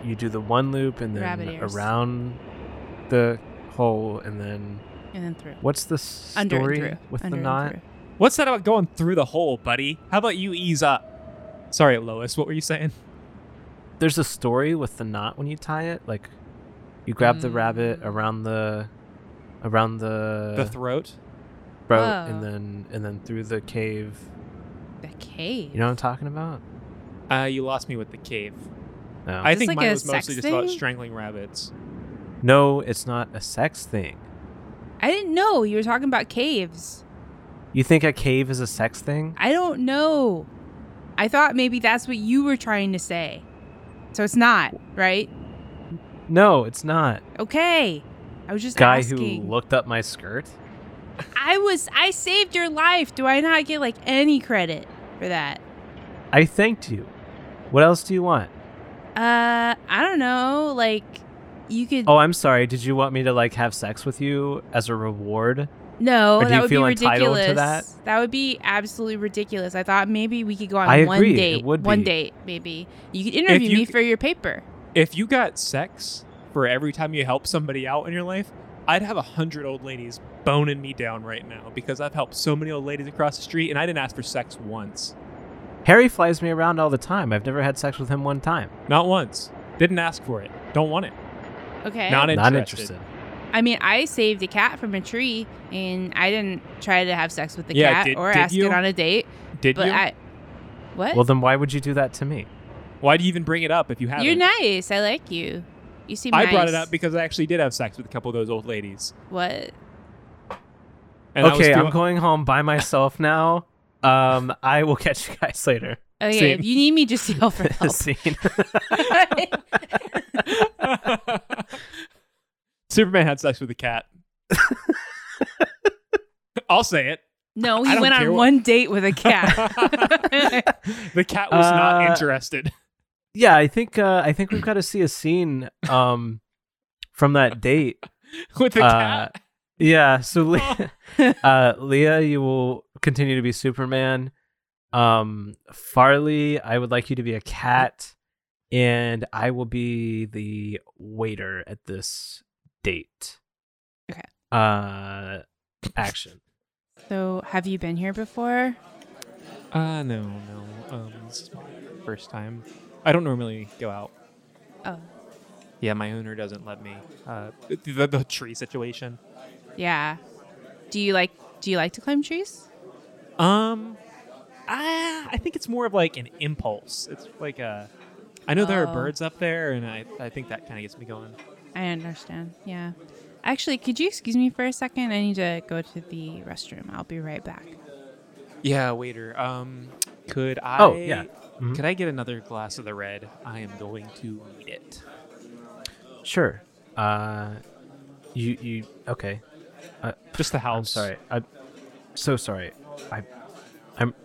S4: you do the one loop and
S3: Rabbit
S4: then
S3: ears.
S4: around the hole and then
S3: And then through.
S4: what's the
S3: Under and
S4: story
S3: through.
S4: with
S3: Under
S4: the
S3: and
S4: knot?
S3: through.
S5: What's that about going through the hole, buddy? How about you ease up? Sorry, Lois. What were you saying?
S4: There's a story with the knot when you tie it. Like you grab the rabbit
S3: Mm.
S4: around the around the,
S5: the throat.
S4: throat
S3: Oh.
S4: and then and then through the cave.
S3: The cave.
S4: You know what I'm talking about?
S5: Uh, you lost me with the cave.
S4: No.
S5: I
S3: Is this
S5: think
S3: like
S5: mine
S3: a
S5: was mostly
S3: sex
S5: just about
S3: thing?
S5: strangling rabbits.
S4: no, it's not a sex thing.
S3: I didn't know you were talking about caves.
S4: You think a cave is a sex thing?
S3: I don't know. I thought maybe that's what you were trying to say. So it's not, right?
S4: No, it's not.
S3: Okay. I was just
S4: Guy
S3: asking.
S4: who looked up my skirt?
S3: I was I saved your life. Do I not get like any credit for that?
S4: I thanked you. What else do you want?
S3: Uh, I don't know. Like you could
S4: Oh, I'm sorry. Did you want me to like have sex with you as a reward?
S3: no,
S4: or do
S3: that
S4: you
S3: would
S4: feel
S3: be
S4: entitled to
S3: ridiculous.
S4: that?
S3: would be absolutely ridiculous. I thought maybe we could go on
S4: I
S3: one
S4: agree, it
S3: date.
S4: would
S3: One
S4: be.
S3: date, maybe. You could interview
S5: you
S3: me
S5: c-
S3: for your paper.
S5: If you got sex for every time you help somebody out in your life, I'd have a hundred old ladies boning me down right now because I've helped so many old ladies across the street and I didn't ask for sex once.
S4: Harry flies me around all the time. I've never had sex with him one time.
S5: Not once. Didn't ask for it. Don't want it.
S3: Okay.
S5: Not interested.
S4: Not interested.
S3: I mean, I saved a cat from a tree, and I didn't try to have sex with the
S5: Yeah,
S3: cat
S5: did-
S3: or
S5: did
S3: ask
S5: you?
S3: it on a date.
S5: Did
S3: but
S5: you?
S3: I, what?
S4: Well, then why would you do that to me?
S5: Why do you even bring it up if you haven't?
S3: You're nice. I like you. You seem.
S5: I
S3: nice.
S5: brought it up because I actually did have sex with a couple of those old ladies.
S3: what?
S5: And I was
S4: okay, I'm
S5: feeling-
S4: going home by myself now. Um, I will catch you guys later.
S3: Okay,
S5: Same.
S3: if you need me, just yell for help.
S4: Scene.
S5: Superman had sex with a cat. I'll say it.
S3: no,
S5: I
S3: he
S5: don't
S3: went
S5: care
S3: on
S5: what-
S3: one date with a cat.
S5: the cat was not
S4: Uh,
S5: interested.
S4: yeah, I think uh, I think we've got to see a scene um, from that date.
S5: With the
S4: uh,
S5: cat. Oh.
S4: Yeah, so Le- uh, Leah, you will continue to be Superman. Um, Farley, I would like you to be a cat, and I will be the waiter at this date.
S3: Okay.
S4: Uh, action.
S3: so, have you been here before?
S5: Uh, no, no. Um, this is my first time. I don't normally go out.
S3: Oh,
S5: Yeah, my owner doesn't let me. Uh, the, the, the tree situation.
S3: yeah. Do you like? Do you like to climb trees?
S5: Um, ah, I think it's more of like an impulse. It's like a. I know there
S3: Oh.
S5: are birds up there, and I, I think that kind of gets me going.
S3: I understand. Yeah. Actually, could you excuse me for a second? I need to go to the restroom. I'll be right back.
S5: Yeah, waiter. Um, could I?
S4: Oh, yeah. Mhm.
S5: Could I get another glass of the red? I am going to need it.
S4: Sure. Uh, you you okay?
S5: Just the house.
S4: I'm sorry. I'm so sorry. I I'm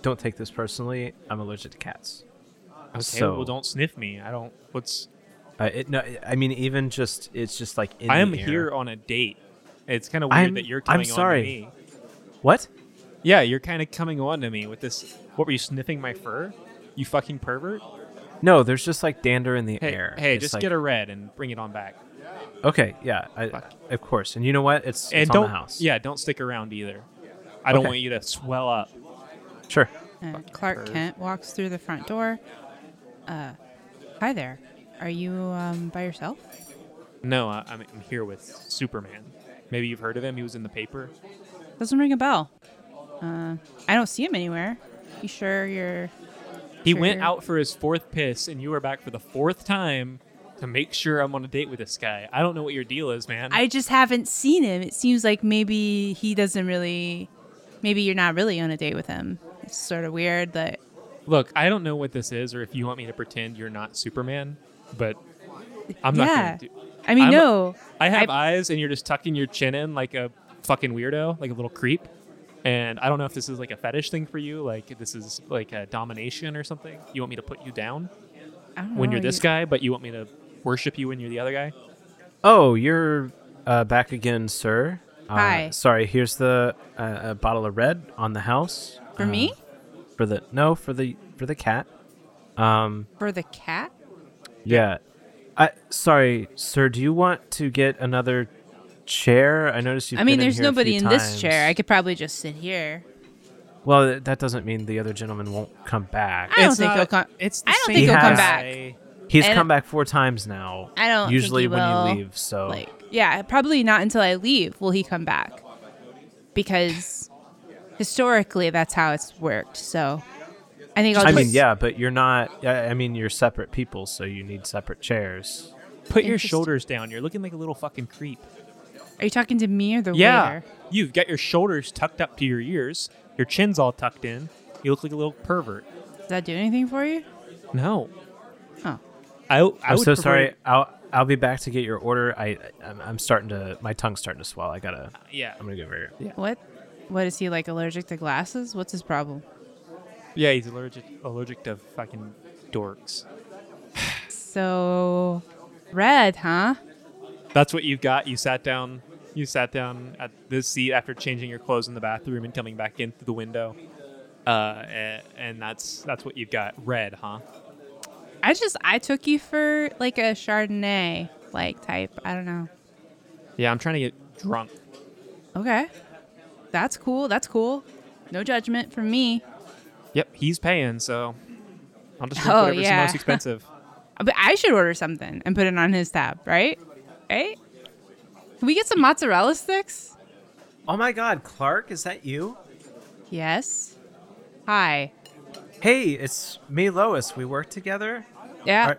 S4: don't take this personally. I'm allergic to cats.
S5: Okay,
S4: So-
S5: well, don't sniff me. I don't. What's?
S4: Uh, it, no, I mean even just it's just like in
S5: I
S4: the
S5: am
S4: air.
S5: here on a date. It's kind of weird
S4: I'm-
S5: that you're
S4: I'm
S5: coming
S4: sorry.
S5: on to me.
S4: What?
S5: Yeah, you're kind of coming on to me with this. What were you sniffing my fur? You fucking pervert!
S4: No, there's just like dander in the
S5: Hey,
S4: air.
S5: hey,
S4: It's
S5: just
S4: like-
S5: get a red and bring it on back.
S4: Okay, yeah, I,
S5: Fuck.
S4: of course. And you know what? It's,
S5: and
S4: it's
S5: don't,
S4: on the house.
S5: yeah, don't stick around either. I don't
S4: Okay.
S5: want you to swell up.
S4: sure.
S3: And Clark
S5: perv.
S3: Kent walks through the front door. Uh, hi there. Are you um, by yourself?
S5: No, I, I'm, I'm here with Superman. Maybe you've heard of him. He was in the paper.
S3: Doesn't ring a bell. Uh, I don't see him anywhere. You sure you're?
S5: He
S3: Sure.
S5: went out for his fourth piss, and you were back for the fourth time to make sure I'm on a date with this guy. I don't know what your deal is, man.
S3: I just haven't seen him. It seems like maybe he doesn't really. Maybe you're not really on a date with him. It's sort of weird that.
S5: Look, I don't know what this is, or if you want me to pretend you're not Superman, but I'm
S3: Yeah.
S5: not going to do.
S3: I mean,
S5: I'm-
S3: no.
S5: I have
S3: I-
S5: eyes, and you're just tucking your chin in like a fucking weirdo, like a little creep. And I don't know if this is like a fetish thing for you, like if this is like a domination or something. You want me to put you down
S3: I don't
S5: when
S3: know,
S5: you're
S3: you-
S5: this guy, but you want me to worship you when you're the other guy.
S4: Oh, you're uh, back again, sir. Uh,
S3: Hi.
S4: Sorry. Here's the uh, a bottle of red on the house
S3: For
S4: Uh,
S3: me?
S5: uh-huh.
S4: For the no, for the for the cat. Um.
S3: For the cat?
S4: Yeah. I sorry, sir. Do you want to get another chair? I noticed you.
S3: I mean, there's nobody in this chair. I could probably just sit here.
S4: Well, th- that doesn't mean the other gentleman won't come back.
S3: I don't think he'll come-
S5: It's
S3: I don't
S5: same
S3: think
S4: he'll come
S5: guy.
S4: He's
S3: and-
S4: come back four times now.
S3: I don't think he
S4: Usually when
S3: will.
S4: you leave,
S5: Oh.
S4: so
S3: Like, yeah, probably not until I leave will he come back. Because historically, that's how it's worked. So I think I'll
S4: I
S3: just.
S4: mean, yeah, but you're not. I I mean, you're separate people, so you need separate chairs.
S5: Put your
S3: Interesting.
S5: shoulders down. You're looking like a little fucking creep.
S3: Are you talking to me or the
S5: Yeah.
S3: waiter?
S5: You've got your shoulders tucked up to your ears, your chin's all tucked in. You look like a little pervert.
S3: Does that do anything for you?
S5: No.
S3: Oh.
S5: I, I
S4: I'm
S5: would
S4: so
S5: prefer-
S4: sorry. I'll I'll be back to get your order. I I'm, I'm starting to. My tongue's starting to swell. I gotta.
S5: Yeah.
S4: I'm gonna go over here.
S3: What? What is he like allergic to glasses? What's his problem?
S5: Yeah, he's allergic allergic to fucking dorks.
S3: So red, huh?
S5: That's what you've got. You sat down you sat down at this seat after changing your clothes in the bathroom and coming back in through the window. Uh, and, and that's that's what you've got. Red, huh?
S3: I just I took you for like a Chardonnay like type. I don't know.
S5: Yeah, I'm trying to get drunk.
S3: Okay. That's cool. That's cool. No judgment from me.
S5: Yep, he's paying, so I'll just drink
S3: Oh,
S5: whatever's
S3: yeah.
S5: the most expensive.
S3: But I should order something and put it on his tab, right? Right? Can we get some mozzarella sticks?
S4: Oh my God, Clark, is that you?
S3: Yes. Hi.
S4: Hey, it's me, Lois. We work together.
S3: Yeah.
S4: Are,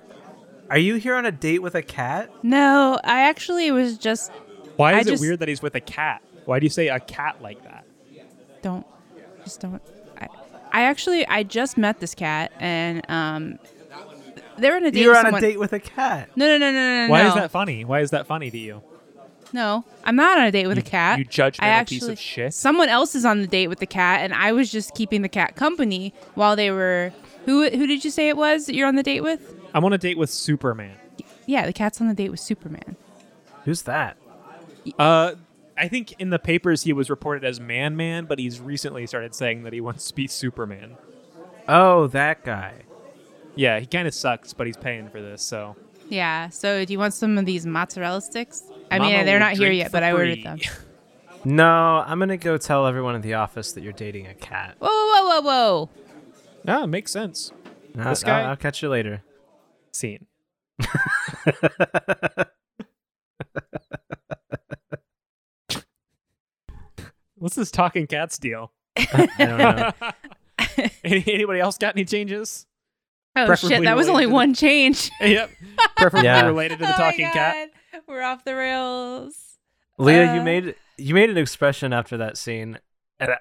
S4: are you here on a date with a cat?
S3: No, I actually was just
S5: Why
S3: I
S5: is it
S3: just-
S5: weird that he's with a cat? Why do you say a cat like that?
S3: don't just don't I, I actually I just met this cat and um they're on a date
S4: You're
S3: with
S4: on a
S3: someone-
S4: date with a cat.
S3: No, no, no, no, no.
S5: Why
S3: no.
S5: is that funny? Why is that funny to you?
S3: No, I'm not on a date with
S5: You-
S3: a cat.
S5: you judgmental
S3: I
S5: piece of shit.
S3: Someone else is on the date with the cat, and I was just keeping the cat company while they were. Who who did you say it was that you're on the date with?
S5: I'm on a date with Superman.
S3: Yeah, the cat's on the date with Superman.
S4: Who's that?
S5: Uh, I think in the papers he was reported as Man Man, but he's recently started saying that he wants to be Superman.
S4: Oh, that guy.
S5: Yeah, he kind of sucks, but he's paying for this, so.
S3: Yeah. So do you want some of these mozzarella sticks? I
S5: Mama
S3: mean, they're
S5: will
S3: not here
S5: drink
S3: yet,
S5: for
S3: but I ordered
S5: free.
S3: them.
S4: No, I'm gonna go tell everyone at the office that you're dating a cat.
S3: Whoa, whoa, whoa, whoa!
S5: Ah, makes sense.
S4: Nah,
S5: This guy-
S4: I'll, I'll catch you later.
S5: Scene. What's this talking cats deal?
S4: I don't know.
S5: Any, anybody else got any changes?
S3: oh shit,
S5: Preferably
S3: that was only
S5: related.
S3: one change.
S5: Yep. Preferably
S4: Yeah.
S5: related to the
S3: Oh my
S5: talking cat.
S3: God, We're off the rails.
S4: Leah, you
S3: Uh,
S4: made you made an expression after that scene, and I,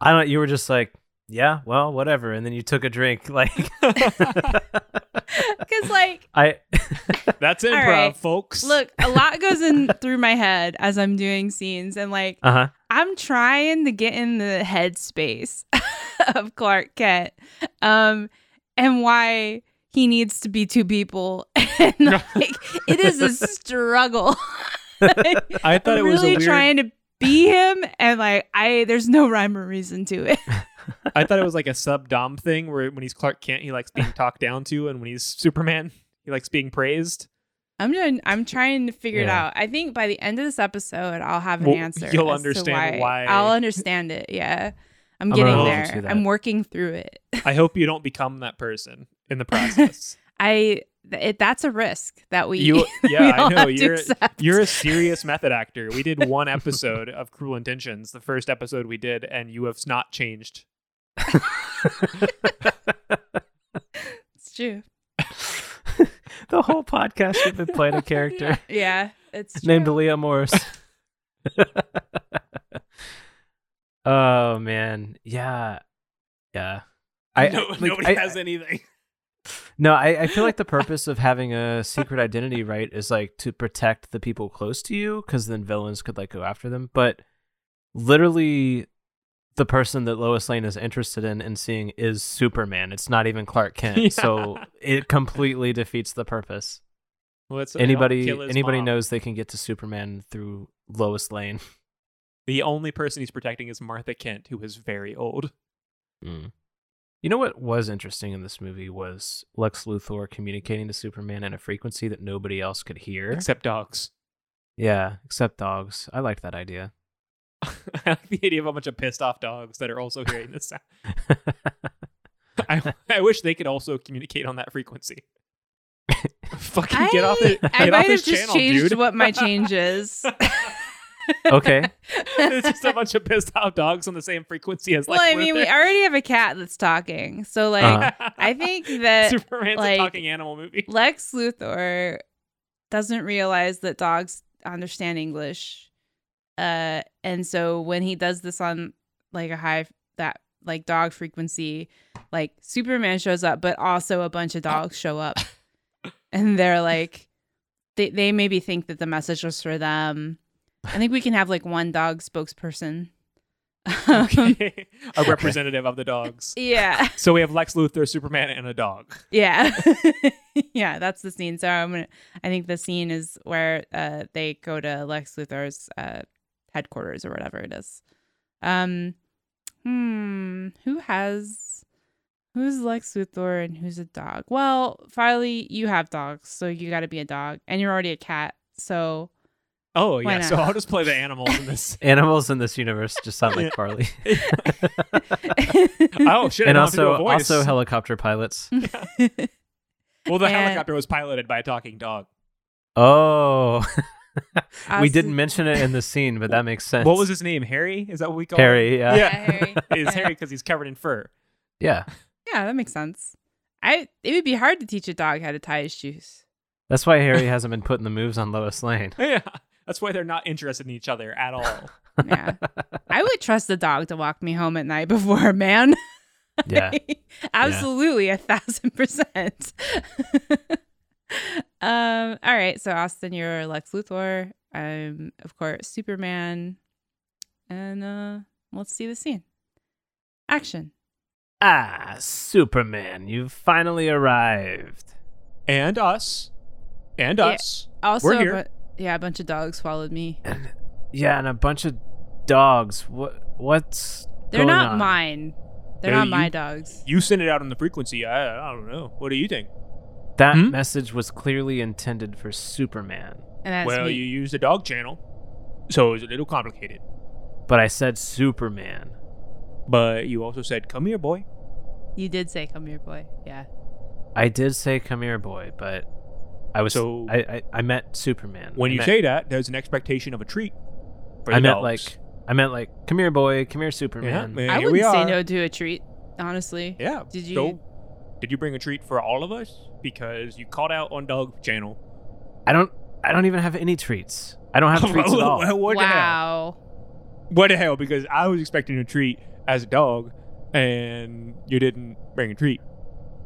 S4: I don't. You were just like, "Yeah, well, whatever," and then you took a drink. Like,
S3: Because like,
S4: I
S5: That's improv,
S3: right.
S5: folks.
S3: look, a lot goes in through my head as I'm doing scenes, and like,
S4: uh huh.
S3: I'm trying to get in the headspace of Clark Kent, um, and why he needs to be two people. and like, it is a struggle.
S5: I thought it
S3: really
S5: was a weird.
S3: trying to be him, and like, I there's no rhyme or reason to it.
S5: I thought it was like a sub dom thing where when he's Clark Kent, he likes being talked down to, and when he's Superman, he likes being praised.
S3: I'm doing, I'm trying to figure it
S4: Yeah.
S3: out. I think by the end of this episode, I'll have an
S5: Well,
S3: answer.
S5: you'll
S3: as to
S5: understand why-
S3: I'll understand it. Yeah, I'm
S4: I'm
S3: getting
S5: gonna
S4: hold you
S3: there.
S4: to
S3: I'm
S4: that.
S3: working through it.
S5: I hope you don't become that person in the process.
S3: I th- it, that's a risk that we
S5: You-
S3: we
S5: yeah, I
S3: all
S5: know,
S3: have to
S5: you're-
S3: accept.
S5: You're a serious method actor. We did one episode of Cruel Intentions, the first episode we did, and you have not changed.
S3: it's true.
S4: the whole podcast you've been playing a character
S3: Yeah, it's true.
S4: named Leah Morris. oh man, yeah, yeah. I
S5: No-
S4: like,
S5: nobody
S4: I-
S5: has anything.
S4: No, I, I feel like the purpose of having a secret identity, right, is like to protect the people close to you, because then villains could like go after them. But literally, the person that Lois Lane is interested in and seeing is Superman. It's not even Clark Kent,
S5: Yeah.
S4: so it completely defeats the purpose.
S5: Well, it's-
S4: anybody
S5: kill his
S4: anybody
S5: mom.
S4: knows they can get to Superman through Lois Lane.
S5: the only person he's protecting is Martha Kent, who is very old.
S4: You know what was interesting in this movie was Lex Luthor communicating to Superman in a frequency that nobody else could hear.
S5: Except dogs.
S4: Yeah, except dogs. I liked that idea.
S5: I like the idea of a bunch of pissed off dogs that are also hearing this sound. I, I wish they could also communicate on that frequency. Fucking
S3: I,
S5: get off it.
S3: I
S5: get
S3: might
S5: off
S3: have
S5: his
S3: just
S5: channel,
S3: changed
S5: dude.
S3: what my change is.
S4: okay.
S5: it's just a bunch of pissed off dogs on the same frequency as like.
S3: well, I
S5: we're
S3: mean, we
S5: there.
S3: already have a cat that's talking, so like,
S4: Uh-huh.
S3: I think that
S5: Superman's
S3: like-
S5: a talking animal movie.
S3: Lex Luthor doesn't realize that dogs understand English. Uh, and so when he does this on like a high that like dog frequency, like Superman shows up, but also a bunch of dogs show up, and they're like, they they maybe think that the message was for them. I think we can have like one dog spokesperson. Um,
S5: Okay. a representative of the dogs.
S3: yeah,
S5: So we have Lex Luthor, Superman, and a dog.
S3: yeah, yeah. That's the scene. So I'm gonna. I think the scene is where uh, they go to Lex Luthor's uh, headquarters or whatever it is. Um, hmm. Who has? Who's Lex Luthor and who's a dog? Well, Farley, you have dogs, so you got to be a dog, and you're already a cat, so
S5: Oh
S3: Why
S5: yeah.
S3: not?
S5: So I'll just play the animals in this.
S4: Animals in this universe just sound like
S5: Yeah.
S4: Farley.
S5: Oh shit! I
S4: and
S5: don't have to do
S4: also
S5: a voice.
S4: also helicopter pilots.
S5: well, the
S3: And-
S5: helicopter was piloted by a talking dog.
S4: Oh. we
S3: Austin-
S4: didn't mention it in the scene, but that makes sense.
S5: What was his name? Harry? Is that what we call Him?
S4: Harry, yeah.
S5: Yeah.
S4: Yeah.
S3: Harry.
S5: It's Harry because he's covered in fur.
S3: Yeah, that makes sense. I it would be hard to teach a dog how to tie his shoes.
S4: That's why Harry hasn't been putting the moves on Lois Lane.
S5: Yeah. That's why they're not interested in each other at all.
S3: Yeah. I would trust the dog to walk me home at night before a man.
S4: Yeah.
S3: Absolutely, a thousand percent. um, all right, so Austin, you're Lex Luthor. I'm of course Superman. And uh let's see the scene. Action.
S4: ah, Superman, you've finally arrived.
S5: and us. And
S3: Yeah.
S5: us.
S3: Also
S5: We're
S3: a
S5: here.
S3: bu- yeah, a bunch of dogs followed me.
S4: Yeah, and a bunch of dogs. What what's
S3: They're
S4: going
S3: not
S4: on?
S3: mine. They're
S5: They're
S3: not my
S5: you-
S3: dogs.
S5: You send it out on the frequency. I, I don't know. What do you think?
S4: That
S5: Hmm?
S4: message was clearly intended for Superman.
S3: And that's
S5: well,
S3: me.
S5: you use the dog channel, so it's a little complicated.
S4: But I said Superman.
S5: But you also said, "Come here, boy."
S3: You did say come here, boy. Yeah.
S4: I did say "Come here, boy," but I was
S5: So-
S4: I I, I met Superman.
S5: When
S4: I
S5: you
S4: meant-
S5: say that, there's an expectation of a treat. For
S4: I
S5: the
S4: meant
S5: dogs.
S4: like I meant like "Come here, boy," "Come here,
S5: yeah,
S4: Superman."
S5: man,
S3: I
S5: here
S3: wouldn't
S5: we are.
S3: say no to a treat. honestly.
S5: Yeah.
S3: Did you-
S5: So, did you bring a treat for all of us? Because you caught out on Dog Channel.
S4: I don't. I don't even have any treats. I don't have treats at all.
S5: what the hell?
S3: wow.
S5: What the hell? Because I was expecting a treat as a dog, and you didn't bring a treat.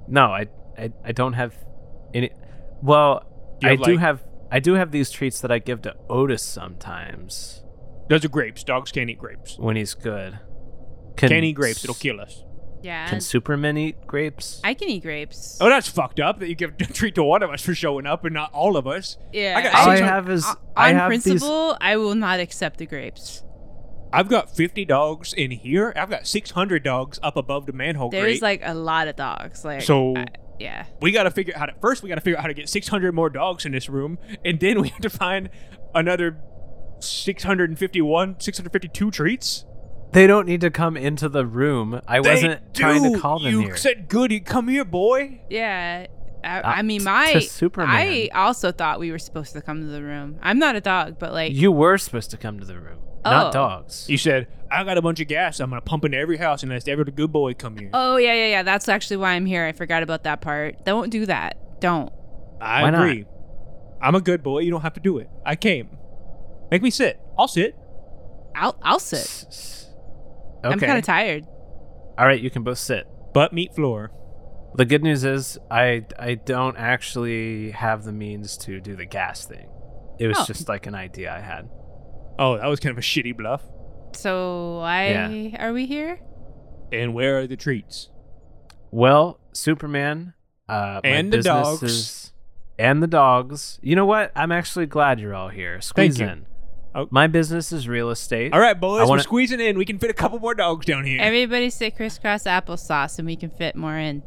S4: No, I, I, I don't have any. Well,
S5: You
S4: I
S5: have,
S4: do
S5: like-
S4: have. I do have these treats that I give to Otis sometimes
S5: Those are grapes. Dogs can't eat grapes.
S4: when he's good. Can,
S5: Can't eat grapes. It'll kill us.
S3: Yeah.
S4: Can Superman eat grapes?
S3: I can eat grapes.
S5: Oh, that's fucked up that you give a treat to one of us for showing up and not all of us.
S3: yeah.
S5: I got-
S4: all
S5: I
S4: I
S5: don't-
S4: have is
S3: on
S4: I have these.
S3: principle, I will not accept the grapes.
S5: I've got 50 dogs in here. I've got 600 dogs up above the manhole
S3: There's
S5: grate.
S3: like a lot of dogs. Like
S5: Oh, So-
S3: I- yeah.
S5: we got to figure out how to first we got to figure out how to get 600 more dogs in this room and then we have to find another 651 652 treats
S4: They don't need to come into the room. I
S5: They
S4: wasn't trying
S5: do.
S4: to call them
S5: you
S4: here.
S5: said good you come here boy
S3: Yeah. I,
S4: Uh,
S3: I mean,
S4: t-
S3: my
S4: to Superman.
S3: I also thought we were supposed to come to the room. I'm not a dog, but like,
S4: you were supposed to come to the room,
S3: Oh.
S4: not dogs.
S5: you said i got a bunch of gas i'm gonna pump into every house unless every good boy come here
S3: oh yeah, yeah, yeah. That's actually why I'm here. I forgot about that part. Don't do that. Don't.
S5: i
S4: why not?
S5: agree i'm a good boy you don't have to do it i came make me sit i'll sit
S3: I'll I'll sit.
S4: S- s-
S3: I'm
S4: Okay.
S3: kind of tired.
S4: All right, you can both sit.
S5: butt meat floor
S4: The good news is I I don't actually have the means to do the gas thing. It was
S3: Oh.
S4: just like an idea I had.
S5: oh that was kind of a shitty bluff
S3: So why are we here?
S5: and where are the treats
S4: Well, Superman, uh, my
S5: And the
S4: business
S5: dogs.
S4: is- and the dogs. You know what? I'm actually glad you're all here. Squeeze
S5: you.
S4: in.
S5: Oh.
S4: My business is real estate.
S5: all right boys
S4: I
S5: we're
S4: wanna-
S5: squeezing in we can fit a couple more dogs down here
S3: Everybody sit crisscross applesauce, and we can fit more in.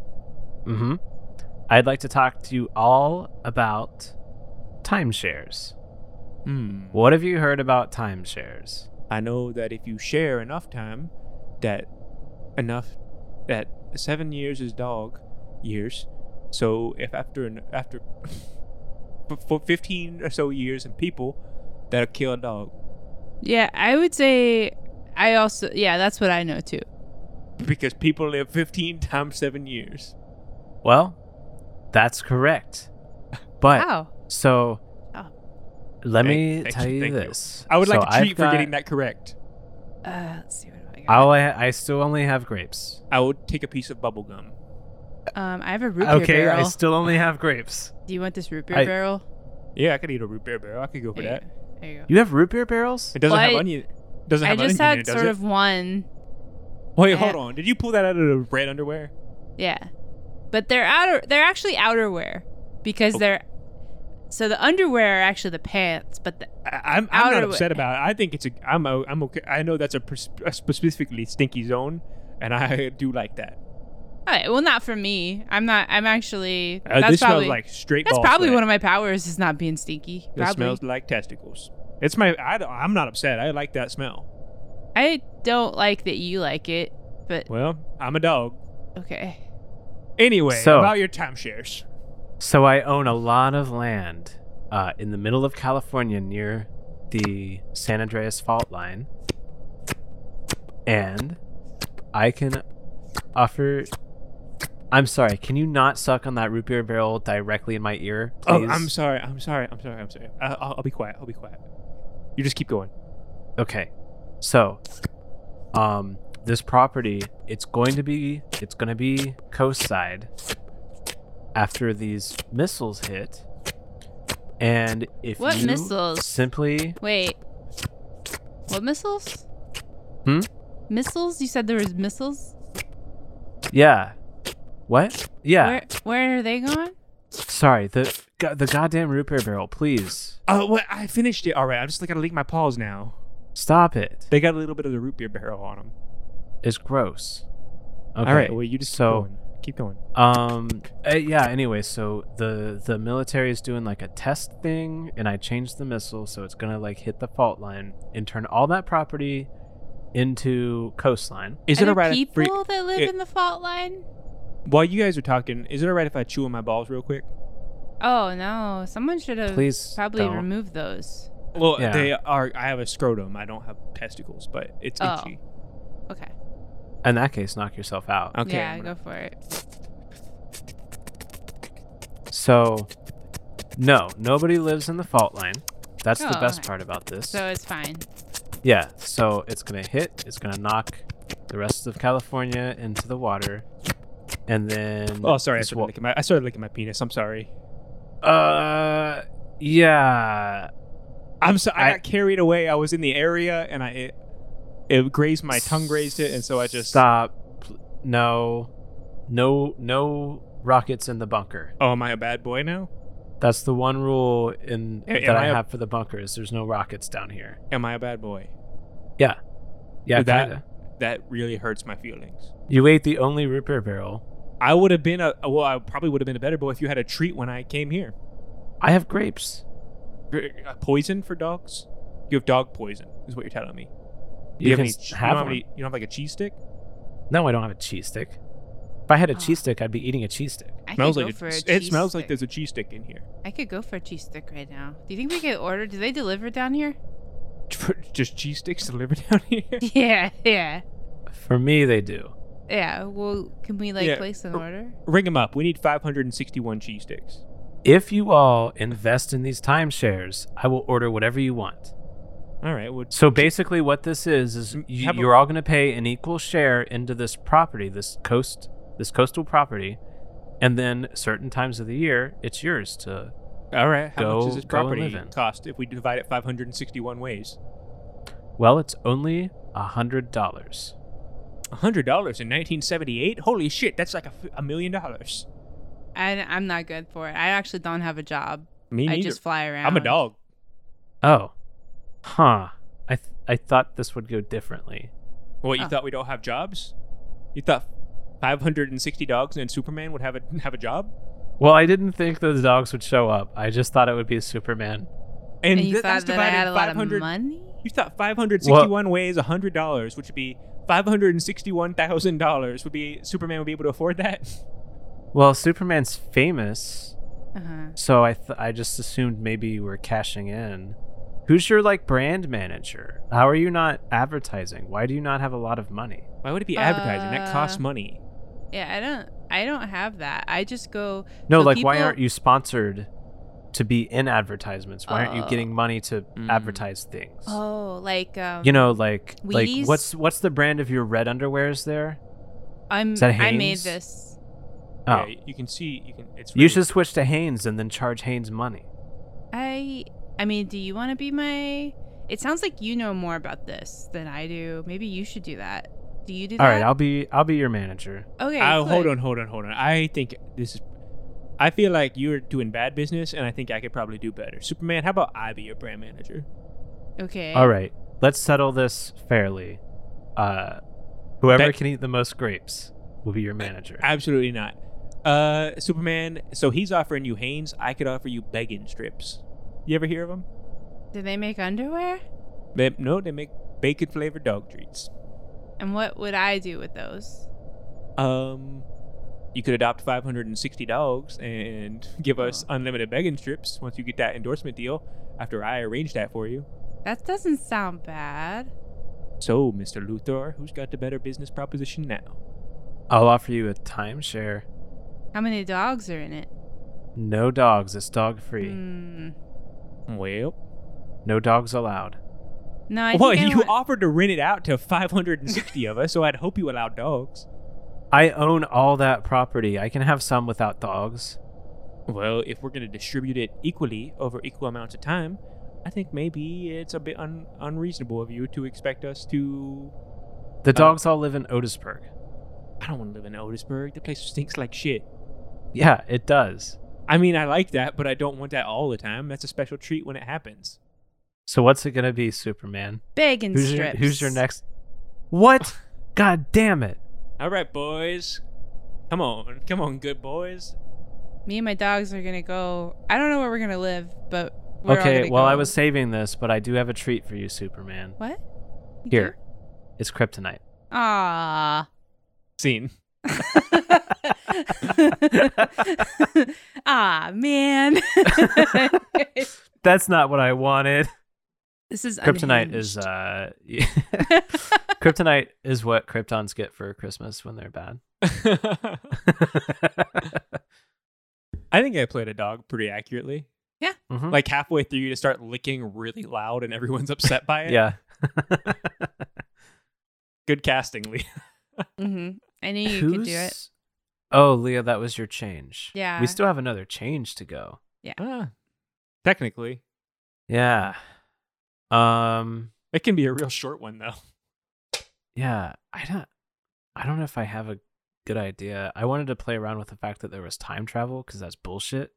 S4: Mm-hmm. I'd like to talk to you all about timeshares.
S5: Hmm.
S4: What have you heard about timeshares?
S5: I know that if you share enough time, that enough that seven years is dog years. So if after an, after for- for fifteen or so years and people that'll kill a dog
S3: Yeah, I would say. I also yeah, that's what I know too.
S5: because people live fifteen times seven years.
S4: Well, that's correct. But
S3: Wow.
S4: so
S3: Oh.
S4: let
S5: Thank-
S4: me
S5: thank
S4: tell
S5: you,
S4: you,
S5: thank you.
S4: this.
S5: I would
S4: So
S5: like to
S4: I've
S5: treat for
S4: got-
S5: getting that correct.
S3: Uh, let's see what do I got.
S4: I'll, I I still only have grapes.
S5: I will take a piece of bubble gum.
S3: Um, I have a root beer
S4: okay,
S3: barrel.
S4: I still only have grapes.
S3: Do you want this root beer
S4: I-
S3: barrel?
S5: Yeah, I could eat a root beer barrel. I could go for
S3: There you
S5: that.
S3: go. There you go.
S4: You have root beer barrels?
S5: It doesn't have
S3: Well, I-
S5: onion. Doesn't
S3: I
S5: have onion in
S3: just had
S5: it, does
S3: sort
S5: it?
S3: of one.
S5: Wait,
S3: I
S5: hold
S3: had-
S5: on. Did you pull that out of the red underwear?
S3: Yeah. But they're outer they're actually outerwear because
S5: Okay.
S3: they're so the underwear are actually the pants, but the,
S5: I- I'm, I'm not
S3: outer
S5: upset
S3: wi-
S5: about it. I think it's a I'm o- I'm okay. I know that's a, pers- a specifically stinky zone, and I do like that.
S3: all right, well not for me. I'm not I'm actually
S5: Uh,
S3: that's
S5: this
S3: probably
S5: smells like straight.
S3: that's
S5: ball
S3: probably
S5: sweat.
S3: one of my powers is not being stinky.
S5: This
S3: Probably.
S5: smells like testicles. It's my I don't, I'm not upset. I like that smell.
S3: I don't like that you like it, but
S5: Well, I'm a dog.
S3: okay.
S5: Anyway,
S4: So-
S5: about your timeshares.
S4: So I own a lot of land uh, in the middle of California near the San Andreas fault line. And I can offer. I'm sorry, can you not suck on that root beer barrel directly in my ear?
S5: Oh,
S4: please?
S5: I'm sorry. I'm sorry. I'm sorry. I'm sorry. I, I'll, I'll be quiet. I'll be quiet. You just keep going.
S4: Okay. So, um, this property, it's going to be, it's going to be coast side after these missiles hit. And if
S3: What
S4: you
S3: missiles?
S4: simply,
S3: Wait. What missiles?
S4: Hmm?
S3: Missiles? You said there was missiles?
S4: yeah. What? Yeah.
S3: Where where are they going?
S4: Sorry. The go- the goddamn root beer barrel, please.
S5: Oh, well, I finished it. All right. I'm just gotta lick my paws now.
S4: Stop it.
S5: They got a little bit of the root beer barrel on them.
S4: It's gross. Okay.
S5: All right. Well, you just keep
S4: so
S5: going. keep going.
S4: Um. uh, yeah. Anyway, so the the military is doing like a test thing, and I changed the missile, so it's gonna like hit the fault line and turn all that property into coastline.
S5: Is
S3: are
S5: it
S3: there
S5: alright if
S3: people
S5: free-
S3: that live
S5: it-
S3: in the fault line?
S5: While you guys are talking, is it alright if I chew on my balls real quick?
S3: Oh no! Someone should have
S4: Please
S3: probably
S4: don't.
S3: removed those.
S5: Well,
S4: Yeah.
S5: they are. I have a scrotum. I don't have testicles, but it's
S3: Oh.
S5: itchy.
S3: Okay.
S4: In that case, knock yourself out.
S5: Okay.
S3: yeah,
S5: I'm gonna-
S3: go for it.
S4: So, no, nobody lives in the fault line. That's the
S3: Oh,
S4: best
S3: okay.
S4: part about this.
S3: So it's fine.
S4: yeah, so it's going to hit, it's going to knock the rest of California into the water. And then.
S5: Oh, sorry. I
S4: this
S5: started,
S4: wa-
S5: licking my, I started licking my penis. I'm sorry.
S4: Uh, yeah.
S5: I'm so I,
S4: I-
S5: got carried away. I was in the area and I it, it grazed my tongue, grazed it, and so I just
S4: Stop. Pl- No. No, no rockets in the bunker.
S5: Oh, am I a bad boy now?
S4: That's the one rule in
S5: A- am
S4: that
S5: I
S4: I
S5: a-
S4: have for the bunker is there's no rockets down here.
S5: Am I a bad boy?
S4: Yeah,
S5: that
S4: kinda.
S5: that really hurts my feelings.
S4: You ate the only root beer barrel.
S5: I would have been a well. I probably would have been a better boy if you had a treat when I came here.
S4: I have grapes.
S5: Gr- uh, Poison for dogs? You have dog poison, is what you're telling me.
S4: You,
S5: have
S4: can
S5: any? ch- you,
S4: have
S5: don't have
S4: one.
S5: any- you don't have like a cheese stick?
S4: No, I don't have a cheese stick. If I had a
S3: Ah.
S4: cheese stick, I'd be eating a cheese stick.
S3: I could
S5: smells
S3: go
S5: like
S3: for
S5: a,
S3: a
S5: it
S3: cheese
S5: smells like
S3: stick.
S5: there's a cheese stick in here.
S3: I could go for a cheese stick right now. Do you think we could order? Do they deliver down here?
S5: Just cheese sticks delivered down here.
S3: yeah, yeah,
S4: For me, they do.
S3: yeah. Well, can we like
S5: Yeah.
S3: place an
S5: Er-
S3: order?
S5: Ring them up. We need 561 cheese sticks.
S4: If you all invest in these timeshares, I will order whatever you want.
S5: All right. Well,
S4: So basically, what this is is
S5: Mm,
S4: you,
S5: how about-
S4: you're all going to pay an equal share into this property, this coast, this coastal property, and then certain times of the year, it's yours to.
S5: all right. How much
S4: Go-
S5: does this
S4: go and live
S5: property
S4: in.
S5: cost if we divide it 561 ways?
S4: Well, it's only a hundred dollars.
S5: $100 in 1978? Holy shit, that's like a, f- a million dollars.
S3: I, I'm not good for it. I actually don't have a job.
S5: Me
S3: I
S5: neither.
S3: just fly around.
S5: I'm a dog.
S4: Oh, huh. I th- I thought this would go differently.
S5: What, you
S3: Oh.
S5: thought we don't have jobs? You thought 560 dogs and Superman would have a, have a job?
S4: Well, I didn't think those dogs would show up. I just thought it would be Superman.
S3: And,
S5: th-
S3: you thought that I had a lot of money?
S5: You thought 561 ways $100, which would be $561,000 would be Superman would be able to afford that?
S4: Well, Superman's famous,
S3: Uh-huh.
S4: so I th- I just assumed maybe you were cashing in. Who's your like brand manager? How are you not advertising? Why do you not have a lot of money?
S5: Why would it be advertising? that costs
S3: Uh,
S5: money.
S3: Yeah, I don't. I don't have that. I just go.
S4: No,
S3: so
S4: like why
S3: people-
S4: aren't you sponsored to be in advertisements? Why aren't you getting money to advertise things?
S3: Mm. Oh, like um,
S4: you know, like like
S3: Wheaties?
S4: what's what's the brand of your red underwears there?
S3: I'm.
S4: is that
S3: I made
S4: Hanes?
S3: this.
S4: Oh,
S5: Yeah, you can see you can it's
S4: you
S5: really-
S4: should switch to Hanes and then charge Hanes money.
S3: I. I mean, do you want to be my? It sounds like you know more about this than I do. Maybe you should do that. Do you do
S4: All
S3: that?
S4: right, I'll be I'll be your manager.
S3: Okay.
S5: Oh, hold
S3: good.
S5: on, hold on, hold on. I think this is I feel like you're doing bad business and I think I could probably do better. Superman, how about I be your brand manager?
S3: Okay.
S4: All right, let's settle this fairly. Uh, whoever
S5: Bet-
S4: can eat the most grapes will be your manager.
S5: Absolutely not. Uh Superman, so he's offering you Hanes, I could offer you Beggin strips. You ever hear of them?
S3: Do they make underwear?
S5: They, no, they make bacon flavored dog treats.
S3: And what would I do with those?
S5: Um, you could adopt 560 dogs and give us unlimited begging strips once you get that endorsement deal. After I arrange that for you.
S3: That doesn't sound bad.
S5: So, Mr. Luthor, who's got the better business proposition now?
S4: I'll offer you a timeshare.
S3: How many dogs are in it?
S4: No dogs. It's dog free.
S3: Hmm.
S5: Well,
S4: No dogs allowed.
S3: No, I
S5: well,
S3: think I
S5: you
S3: want-
S5: offered to rent it out to 560 of us, so I'd hope you allow dogs.
S4: I own all that property. I can have some without dogs.
S5: Well, if we're gonna distribute it equally over equal amounts of time, I think maybe it's a bit un- unreasonable of you to expect us to
S4: The dogs all live in Otisburg.
S5: I don't want to live in Otisburg. The place stinks like shit.
S4: Yeah, it does.
S5: I mean, I like that, but I don't want that all the time. That's a special treat when it happens.
S4: So what's it gonna be, Superman?
S3: big and
S4: Who's your
S3: strips.
S4: Who's your next? What? God damn it!
S5: All right, boys. Come on. Come on, good boys.
S3: Me and my dogs are gonna go. I don't know where we're gonna live, but we're all
S4: okay,
S3: gonna
S4: well I
S3: go.
S4: was saving this, but I do have a treat for you, Superman.
S3: what? You
S4: Here,
S3: do?
S4: it's kryptonite.
S3: Ah.
S5: Scene.
S3: ah man.
S4: That's not what I wanted.
S3: This is
S4: Kryptonite
S3: unhinged.
S4: is uh Kryptonite is what Kryptons get for Christmas when they're bad.
S5: I think I played a dog pretty accurately.
S4: Mhm.
S5: Like halfway through, you just start licking really loud, and everyone's upset by it.
S4: yeah.
S5: good casting, Lee.
S3: Mhm. I knew you could do it.
S4: Who's- Oh, Leah, that was your change.
S3: Yeah.
S4: We still have another change to go.
S5: Ah, technically,
S4: Yeah. Um
S5: it can be a real short one though.
S4: yeah, I don't I don't know if I have a good idea. I wanted to play around with the fact that there was time travel cuz that's bullshit.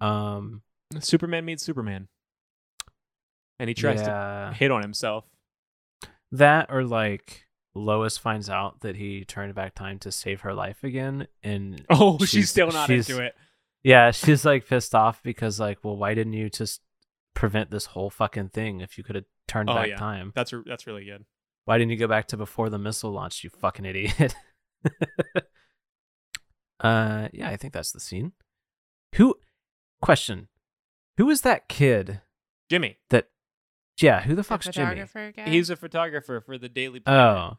S4: Um
S5: Superman meets Superman, and he tries
S4: yeah.
S5: to hit on himself.
S4: that or like Lois finds out that he turned back time to save her life again and
S5: Oh, she's,
S4: She's-
S5: still not
S4: she's-
S5: into it.
S4: Yeah, she's like pissed off because like, well, why didn't you just prevent this whole fucking thing if you could have turned
S5: Oh,
S4: back
S5: yeah.
S4: time?
S5: That's re- that's really good.
S4: Why didn't you go back to before the missile launch, you fucking idiot? uh yeah, I think that's the scene. Who question. Who is that kid
S5: Jimmy,
S4: that yeah, who the
S3: The
S4: fuck's Jimmy?
S3: photographer guy.
S5: he's a photographer for the Daily. Planet.
S4: Oh.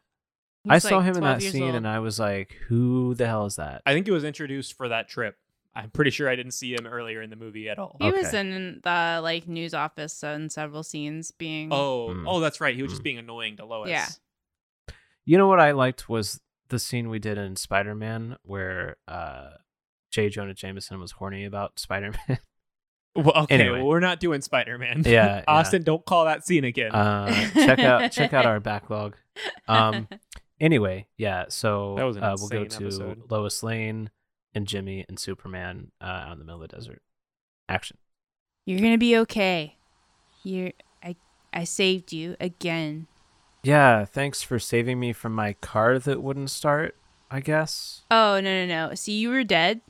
S3: He's
S4: I saw
S3: like
S4: him in
S3: 12
S4: that
S3: years
S4: scene
S3: old.
S4: and I was like, who the hell is that?
S5: I think he was introduced for that trip. I'm pretty sure I didn't see him earlier in the movie at all.
S3: He was
S4: Okay.
S3: in the like news office in several scenes being
S5: Oh,
S4: Mm.
S5: oh, that's right. He was just
S4: Mm.
S5: being annoying to Lois.
S3: Yeah.
S4: You know what I liked was the scene we did in Spider Man where uh J. Jonah Jameson was horny about Spider Man.
S5: Well, okay.
S4: Anyway.
S5: Well, we're not doing Spider Man.
S4: Yeah, yeah.
S5: Austin, don't call that scene again.
S4: uh, check out check out our backlog. Um anyway, yeah, so
S5: That was an
S4: uh, we'll go
S5: insane
S4: to
S5: episode.
S4: Lois Lane and Jimmy and Superman uh, out in the middle of the desert. Action.
S3: You're gonna be okay. You're I I saved you again.
S4: Yeah, thanks for saving me from my car that wouldn't start, I guess.
S3: Oh no no no. See you were dead.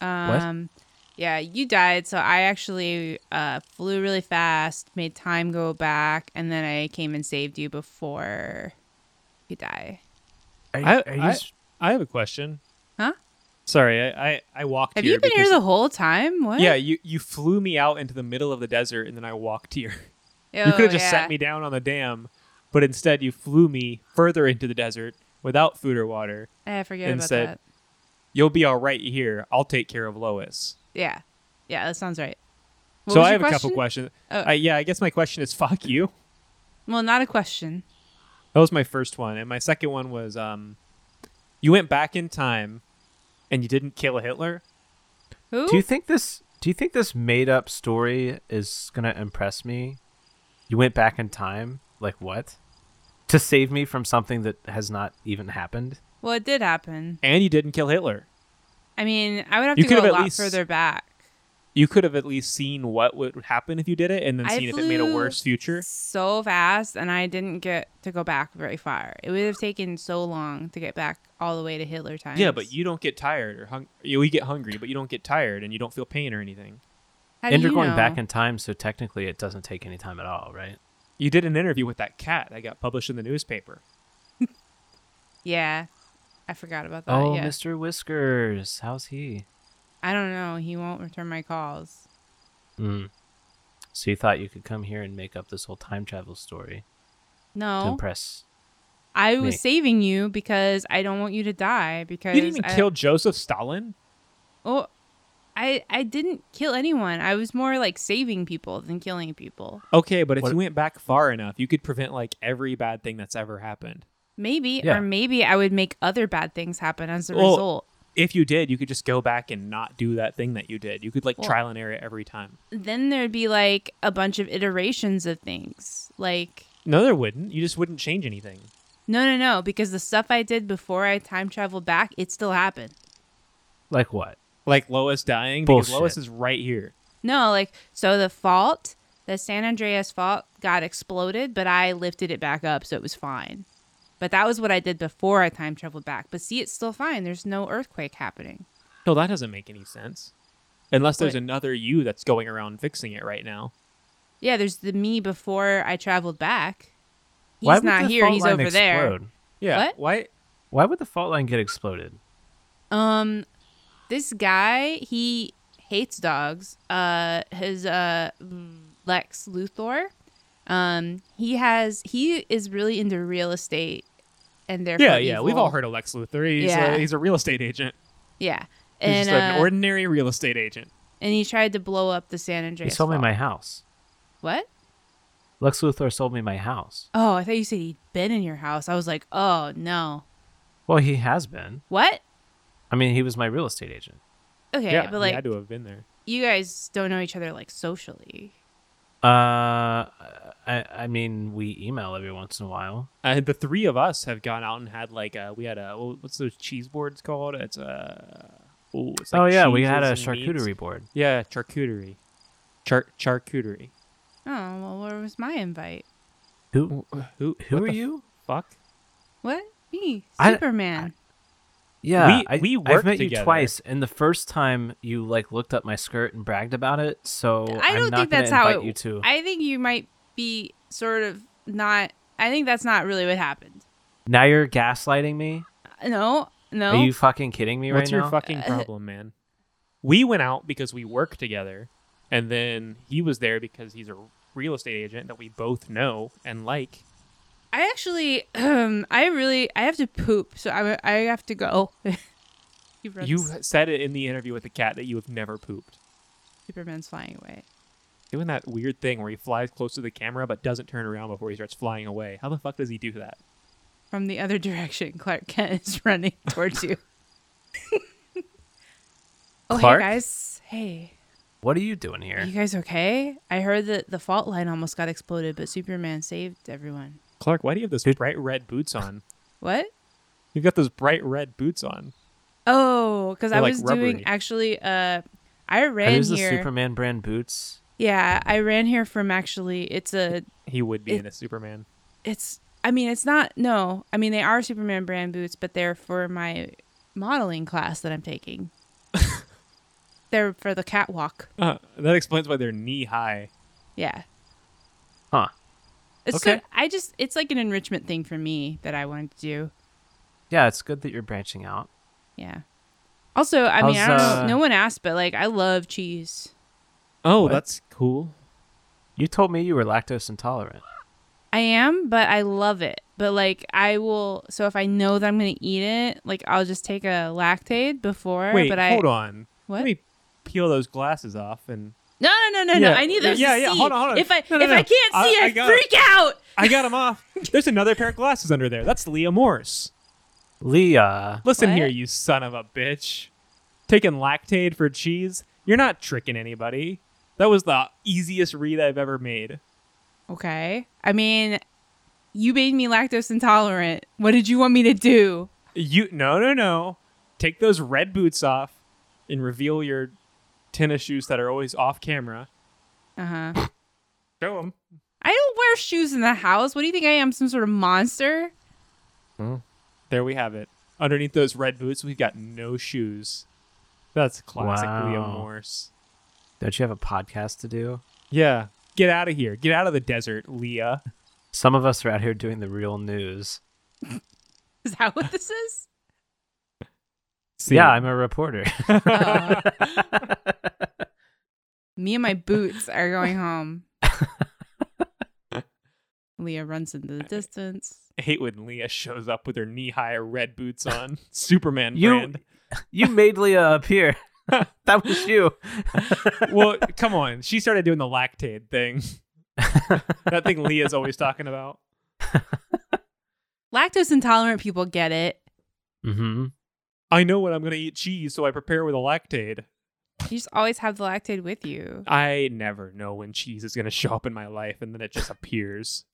S3: Um yeah, you died, so I actually uh flew really fast, made time go back, and then I came and saved you before you die.
S4: Are,
S5: I-
S4: are you
S5: I-
S4: s-
S5: I have a question.
S3: Huh?
S5: Sorry, I I, I walked.
S3: Have you been
S5: because-
S3: here the whole time? What?
S5: Yeah, you you flew me out into the middle of the desert, and then I walked here.
S3: Oh,
S5: you could have just sat me down on the dam, but instead you flew me further into the desert without food or water.
S3: I forget
S5: and
S3: about
S5: said-
S3: that.
S5: You'll be all right here. I'll take care of Lois.
S3: Yeah. Yeah, that sounds right. What
S5: so
S3: was
S5: I have
S3: your
S5: a couple questions.
S3: Oh.
S5: I, yeah, I guess my question is fuck you.
S3: Well, not a question.
S5: That was my first one, and my second one was um, you went back in time, and you didn't kill Hitler.
S3: Who?
S4: Do you think this? Do you think this made-up story is gonna impress me? You went back in time, like what? To save me from something that has not even happened.
S3: well, it did happen.
S5: and you didn't kill Hitler.
S3: I mean, I would have
S5: You
S3: to
S5: could
S3: go
S5: have at
S3: a lot
S5: least-
S3: further back.
S5: You could have at least seen what would happen if you did it, and then
S3: I
S5: seen if it made a
S3: flew-
S5: worse future.
S3: So fast, and I didn't get to go back very far. It would have taken so long to get back all the way to Hitler times.
S5: Yeah, but you don't get tired or hung. You you get hungry, but you don't get tired, and you don't feel pain or anything.
S3: How do
S4: and
S3: you
S4: you're going
S3: know?
S4: back in time, so technically it doesn't take any time at all, right?
S5: You did an interview with that cat that got published in the newspaper.
S3: Yeah, I forgot about that. Uh,
S4: oh,
S3: yeah,
S4: Mr. Whiskers, how's he?
S3: I don't know. He won't return my calls.
S4: Mm. So you thought you could come here and make up this whole time travel story to
S3: No,
S4: impress?
S3: I
S4: me.
S3: was saving you because I don't want you to die. Because
S5: You didn't even
S3: I,
S5: kill Joseph Stalin.
S3: Oh, I I didn't kill anyone. I was more like saving people than killing people.
S5: Okay, but if
S4: What-
S5: you went back far enough, you could prevent like every bad thing that's ever happened.
S3: Maybe
S4: Yeah.
S3: or maybe I would make other bad things happen as a
S5: Well,
S3: result.
S5: If you did, you could just go back and not do that thing that you did. You could like
S3: Well-
S5: trial and error every time.
S3: Then there'd be like a bunch of iterations of things. Like
S5: No, there wouldn't. You just wouldn't change anything.
S3: no, no, no, because the stuff I did before I time traveled back, it still happened.
S4: Like what?
S5: Like Lois dying because
S4: Bullshit.
S5: Lois is right here.
S3: No, like so the fault, the San Andreas fault got exploded, but I lifted it back up so it was fine. But that was what I did before I time traveled back. But see, it's still fine. There's no earthquake happening.
S5: No, that doesn't make any sense. Unless there's
S3: What?
S5: another you that's going around fixing it right now.
S3: Yeah, there's the me before I traveled back. He's
S4: Why would
S3: not
S4: the
S3: here.
S4: fault
S3: He's
S4: line
S3: over there.
S4: explode?
S5: Yeah.
S3: What?
S5: Why?
S4: Why would the fault line get exploded?
S3: Um, this guy he hates dogs. Uh, his uh Lex Luthor. Um, he has he is really into real estate, and therefore
S5: Yeah, yeah. We've
S3: evil.
S5: all heard of Lex Luthor. He's,
S3: Yeah.
S5: a, he's a real estate agent.
S3: Yeah,
S5: He's
S3: and
S5: just an
S3: uh,
S5: ordinary real estate agent.
S3: and he tried to blow up the San Andreas.
S4: He sold me
S3: Fault.
S4: my house.
S3: what?
S4: Lex Luthor sold me my house.
S3: Oh, I thought you said he'd been in your house. I was like, oh no,
S4: Well, he has been.
S3: what?
S4: I mean, he was my real estate agent.
S3: Okay,
S5: yeah,
S3: but
S5: he
S3: like
S5: had to have been there.
S3: you guys don't know each other like socially.
S4: Uh, I, I mean, we email every once in a while.
S5: Uh, the three of us have gone out and had like uh, we had a wh- what's those cheese boards called? It's uh, ooh, it's like
S4: oh yeah, we had a
S5: cheeses and
S4: charcuterie
S5: meats.
S4: board.
S5: Yeah, charcuterie, Char- charcuterie.
S3: Oh well, where was my invite?
S4: Who
S5: Who
S4: who
S5: what
S4: are
S5: the
S4: you?
S5: Fuck.
S3: What me?
S4: I-
S3: Superman.
S4: Yeah,
S5: We-
S4: I,
S5: we
S4: I've
S5: work
S4: met you
S5: together.
S4: twice, and the first time you like looked up my skirt and bragged about it. So
S3: I
S4: am
S3: don't
S4: not
S3: think
S4: gonna
S3: that's how
S4: invite
S3: it.
S4: you to.
S3: I think you might be sort of not. I think that's not really what happened.
S4: now you're gaslighting me.
S3: No, no.
S4: Are you fucking kidding me
S5: What's
S4: right
S5: your
S4: now?
S5: fucking problem, man? We went out because we work together, and then he was there because he's a real estate agent that we both know and like.
S3: I actually, um, I really, I have to poop, so I, I have to go. He runs-
S5: You said it in the interview with the cat that you have never pooped.
S3: Superman's flying away.
S5: Doing that weird thing where he flies close to the camera but doesn't turn around before he starts flying away. How the fuck does he do that?
S3: From the other direction, Clark Kent is running towards you. oh,
S4: Clark?
S3: hey guys. Hey,
S4: What are you doing
S3: are
S4: here?
S3: you guys okay? I heard that the fault line almost got exploded, but Superman saved everyone.
S5: Clark, why do you have those
S4: Dude.
S5: bright red boots on?
S3: What?
S5: You've got those bright red boots on.
S3: Oh, because I
S5: They're, like,
S3: was
S5: rubbery.
S3: doing actually. Uh, I
S4: Are
S3: ran
S4: these the
S3: here.
S4: Superman brand boots?
S3: yeah, I ran here from actually. It's a
S5: He would be
S3: It-
S5: in a Superman.
S3: it's i mean it's not no i mean they are superman brand boots but they're for my modeling class that i'm taking they're for the catwalk
S5: Uh, that explains why they're knee high.
S3: yeah
S4: Huh?
S3: it's
S4: Okay.
S3: so- i just it's like an enrichment thing for me that i wanted to do
S4: Yeah, it's good that you're branching out.
S3: yeah also i mean i don't
S4: How's,
S3: know
S4: uh,
S3: no one asked but like i love cheese
S5: Oh,
S4: What?
S5: that's cool.
S4: You told me you were lactose intolerant.
S3: i am but i love it but like i will so if i know that i'm gonna eat it like i'll just take a lactaid before
S5: Wait,
S3: but i
S5: hold on.
S3: What?
S5: Let me peel those glasses off and
S3: No, no, no, no,
S5: Yeah.
S3: no. I need those
S5: Yeah,
S3: to
S5: yeah.
S3: see.
S5: Hold on, hold on.
S3: If I
S5: No, no,
S3: if
S5: no.
S3: I can't
S5: I-
S3: see,
S5: I
S3: I,
S5: got
S3: freak out.
S5: I got them off. There's another pair of glasses under there. That's Leah Morse.
S4: Leah,
S5: Listen
S3: What?
S5: here, you son of a bitch. Taking lactaid for cheese? You're not tricking anybody. That was the easiest read I've ever made.
S3: Okay. I mean, you made me lactose intolerant. What did you want me to do?
S5: You no no no. Take those red boots off and reveal your tennis shoes that are always off camera.
S3: Uh huh.
S5: Show them.
S3: I don't wear shoes in the house. What do you think I am? Some sort of monster?
S5: There we have it. Underneath those red boots, we've got no shoes. That's classic Leo
S4: Wow.
S5: Morse.
S4: don't you have a podcast to do?
S5: Yeah. Get out of here. Get out of the desert, Leah.
S4: Some of us are out here doing the real news.
S3: Is that what this is?
S5: See
S4: Yeah,
S5: ya.
S4: I'm a reporter.
S3: Uh, me and my boots are going home. Leah runs into the distance.
S5: I hate when Leah shows up with her knee high red boots on. Superman
S4: You-
S5: brand.
S4: you made Leah appear. that was you.
S5: Well, come on. She started doing the lactaid thing. that thing Leah's always talking about.
S3: Lactose intolerant people get it.
S4: Mm-hmm.
S5: I know when I'm going to eat cheese, so I prepare with a lactaid.
S3: You just always have the lactate with you.
S5: I never know when cheese is going to show up in my life, and then it just appears.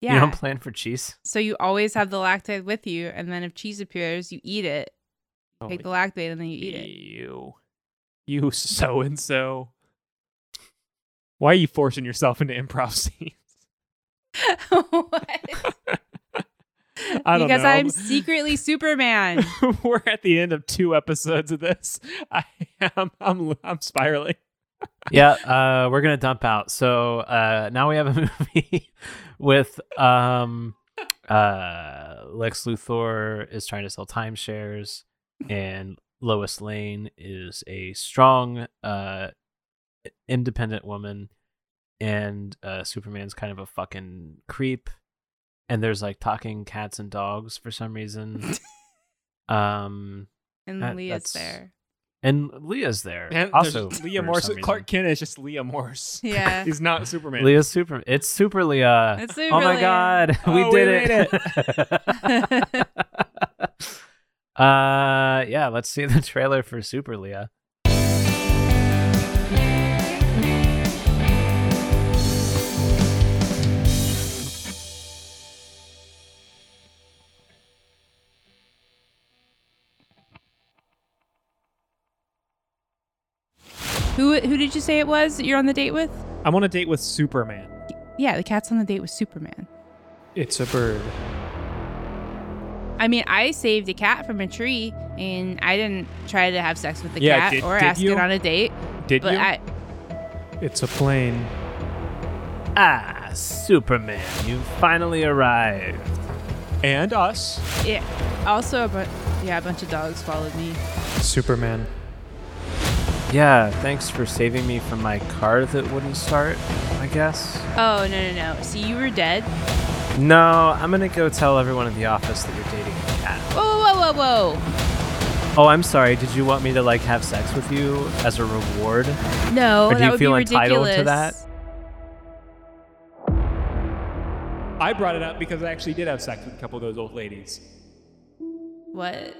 S3: Yeah.
S4: You don't plan for cheese.
S3: So you always have the lactate with you, and then if cheese appears, you eat it.
S5: Oh,
S3: Take the lactate and then you eat it.
S5: You, you so and so. Why are you forcing yourself into improv scenes?
S3: What?
S5: I don't
S3: because
S5: know.
S3: I'm secretly Superman.
S5: We're at the end of two episodes of this. I am. I'm. I'm spiraling.
S4: yeah, uh, we're gonna dump out. So uh, now we have a movie with um, uh, Lex Luthor is trying to sell timeshares, and Lois Lane is a strong, uh, independent woman, and uh, Superman's kind of a fucking creep, and there's like talking cats and dogs for some reason. um,
S3: and
S4: That-
S3: Leah's
S4: that's-
S3: there.
S4: and Leah's there
S5: And there's
S4: also.
S5: Leah
S4: for
S5: Morse.
S4: some
S5: Clark
S4: reason.
S5: Kent is just Leah Morse.
S3: Yeah.
S5: He's not Superman.
S4: Leah's super. It's super Leah.
S3: It's
S4: oh my
S3: Superleah.
S4: god, we
S5: Oh, we
S4: did
S5: made
S4: it. uh, yeah. Let's see the trailer for Super Leah.
S3: Who who did you say it was that you're on the date with?
S5: I'm on a date with Superman.
S3: Yeah, the cat's on the date with Superman.
S5: It's a bird.
S3: I mean, I saved a cat from a tree, and I didn't try to have sex with the
S5: Yeah,
S3: cat
S5: did-
S3: or
S5: did
S3: ask
S5: you?
S3: it on a date.
S5: Did
S3: But
S5: you?
S3: I,
S5: It's a plane.
S4: Ah, Superman, you finally arrived.
S5: And us.
S3: it also a bu- yeah, a bunch of dogs followed me.
S5: Superman.
S4: Yeah, thanks for saving me from my car that wouldn't start, I guess.
S3: Oh no no no! See, you were dead.
S4: No, I'm gonna go tell everyone in the office that you're dating a cat.
S3: Whoa whoa whoa whoa!
S4: Oh, I'm sorry, did you want me to, like, have sex with you as a reward?
S3: No,
S4: Or do
S3: that
S4: you
S3: would
S4: feel
S3: be
S4: entitled
S3: ridiculous.
S4: to that?
S5: I brought it up because I actually did have sex with a couple of those old ladies.
S3: What?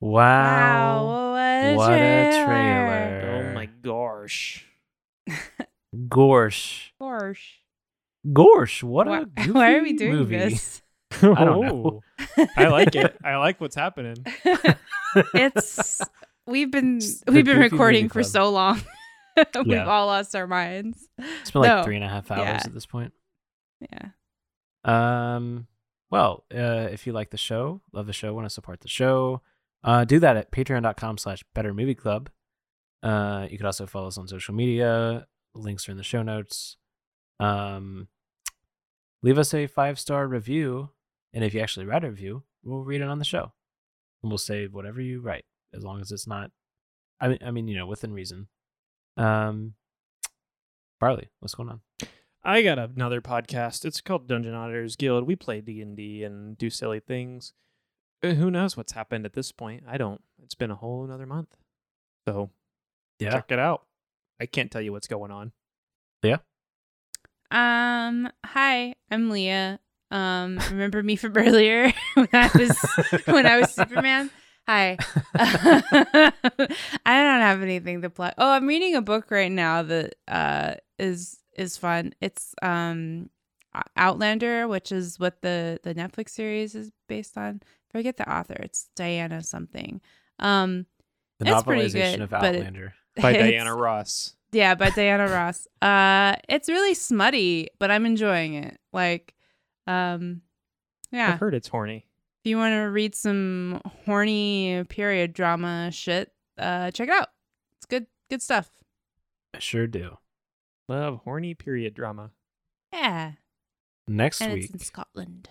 S4: Wow.
S3: Wow! What a
S4: What a
S3: trailer!
S4: trailer.
S5: gosh.
S4: Gorsh.
S3: Gosh.
S4: Gorsh, what
S3: Why-
S4: a goofy
S3: Why are we doing
S4: movie.
S3: this?
S5: Oh,
S4: I don't know.
S5: I like it. I like what's happening.
S3: it's we've been
S4: It's the
S3: we've been
S4: Goofy
S3: recording
S4: Movie
S3: for
S4: Club.
S3: so long. we've
S4: Yeah.
S3: all lost our minds.
S4: It's been like
S3: No.
S4: three and a half hours
S3: Yeah.
S4: at this point.
S3: Yeah.
S4: Um, well, uh, if you like the show, love the show, want to support the show, uh, do that at patreon.com slash better movie club. Uh, you could also follow us on social media. Links are in the show notes. Um, leave us a five star review. And if you actually write a review, we'll read it on the show. And we'll say whatever you write, as long as it's not, I mean, I mean, you know, within reason. Um, Barley, what's going on?
S5: I got another podcast. It's called Dungeon Auditors Guild. We play D and D and do silly things. Uh, Who knows what's happened at this point? I don't. It's been a whole another month. So check it out. I can't tell you what's going on.
S3: Um. Hi, I'm Leah. Um. Remember me from earlier when I was when I was Superman. Hi. I don't have anything to plug. Oh, I'm reading a book right now that uh is is fun. It's um Outlander, which is what the the Netflix series is based on. Forget the author. It's Diana something. Um
S4: The
S3: It's pretty
S4: novelization
S3: good,
S4: of
S3: but it-
S4: Outlander.
S5: By
S3: it's-
S5: Diana Ross.
S3: Yeah, by Diana Ross. Uh it's really smutty, but I'm enjoying it. Like um yeah.
S5: I've heard it's horny.
S3: If you want to read some horny period drama shit, uh check it out. It's good good stuff.
S4: I sure do.
S5: Love horny period drama.
S3: Yeah.
S4: Next
S3: and
S4: week,
S3: it's in Scotland.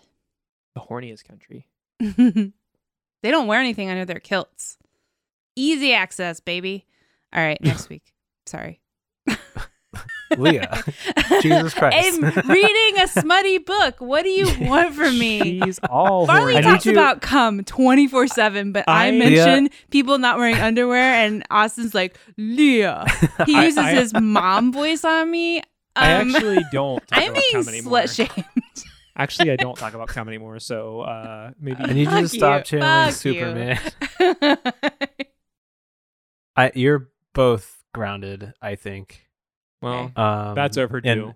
S5: The horniest country.
S3: they don't wear anything under their kilts. Easy access, baby. All right, next week. Sorry.
S4: Leah. Jesus Christ.
S3: I'm reading a smutty book. What do you want from me?
S5: She's all
S3: Farley
S5: horny.
S4: I need
S3: talks
S4: you-
S3: about cum 24 7, but I,
S5: I-
S3: mention people not wearing underwear, and Austin's like, Leah. He
S5: I-
S3: uses
S5: I-
S3: his mom voice on me. Um,
S5: I actually don't talk
S3: I'm
S5: about
S3: being
S5: cum anymore.
S3: slut shamed.
S5: Actually, I don't talk about cum anymore. So uh, maybe
S4: I need you to
S3: Fuck
S4: stop
S3: you.
S4: channeling
S3: Fuck you.
S4: Superman. I, you're both grounded, I think.
S5: well,
S4: Um,
S5: that's overdue.
S4: and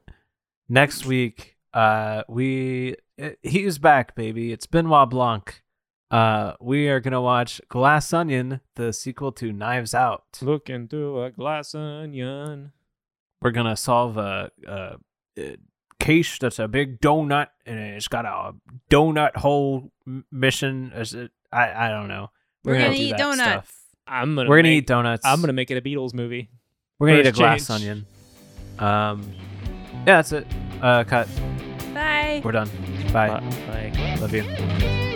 S4: next week, uh, we uh, he's back, baby. It's Benoit Blanc. Uh, we are gonna watch Glass Onion, the sequel to Knives Out.
S5: Look into a glass onion.
S4: We're gonna solve a, a, a case that's a big donut, and it's got a donut hole m- mission. Is it- I I don't know.
S3: We're going to
S4: do
S3: eat
S4: that
S3: donuts.
S4: stuff.
S5: I'm gonna.
S4: We're gonna
S5: make-
S4: eat donuts.
S5: I'm gonna make it a Beatles movie.
S4: We're gonna eat a
S5: First
S4: glass
S5: change.
S4: onion. Um, Yeah, that's it. Uh, cut.
S6: Bye.
S4: We're done. Bye.
S3: Like,
S4: Love you.
S3: like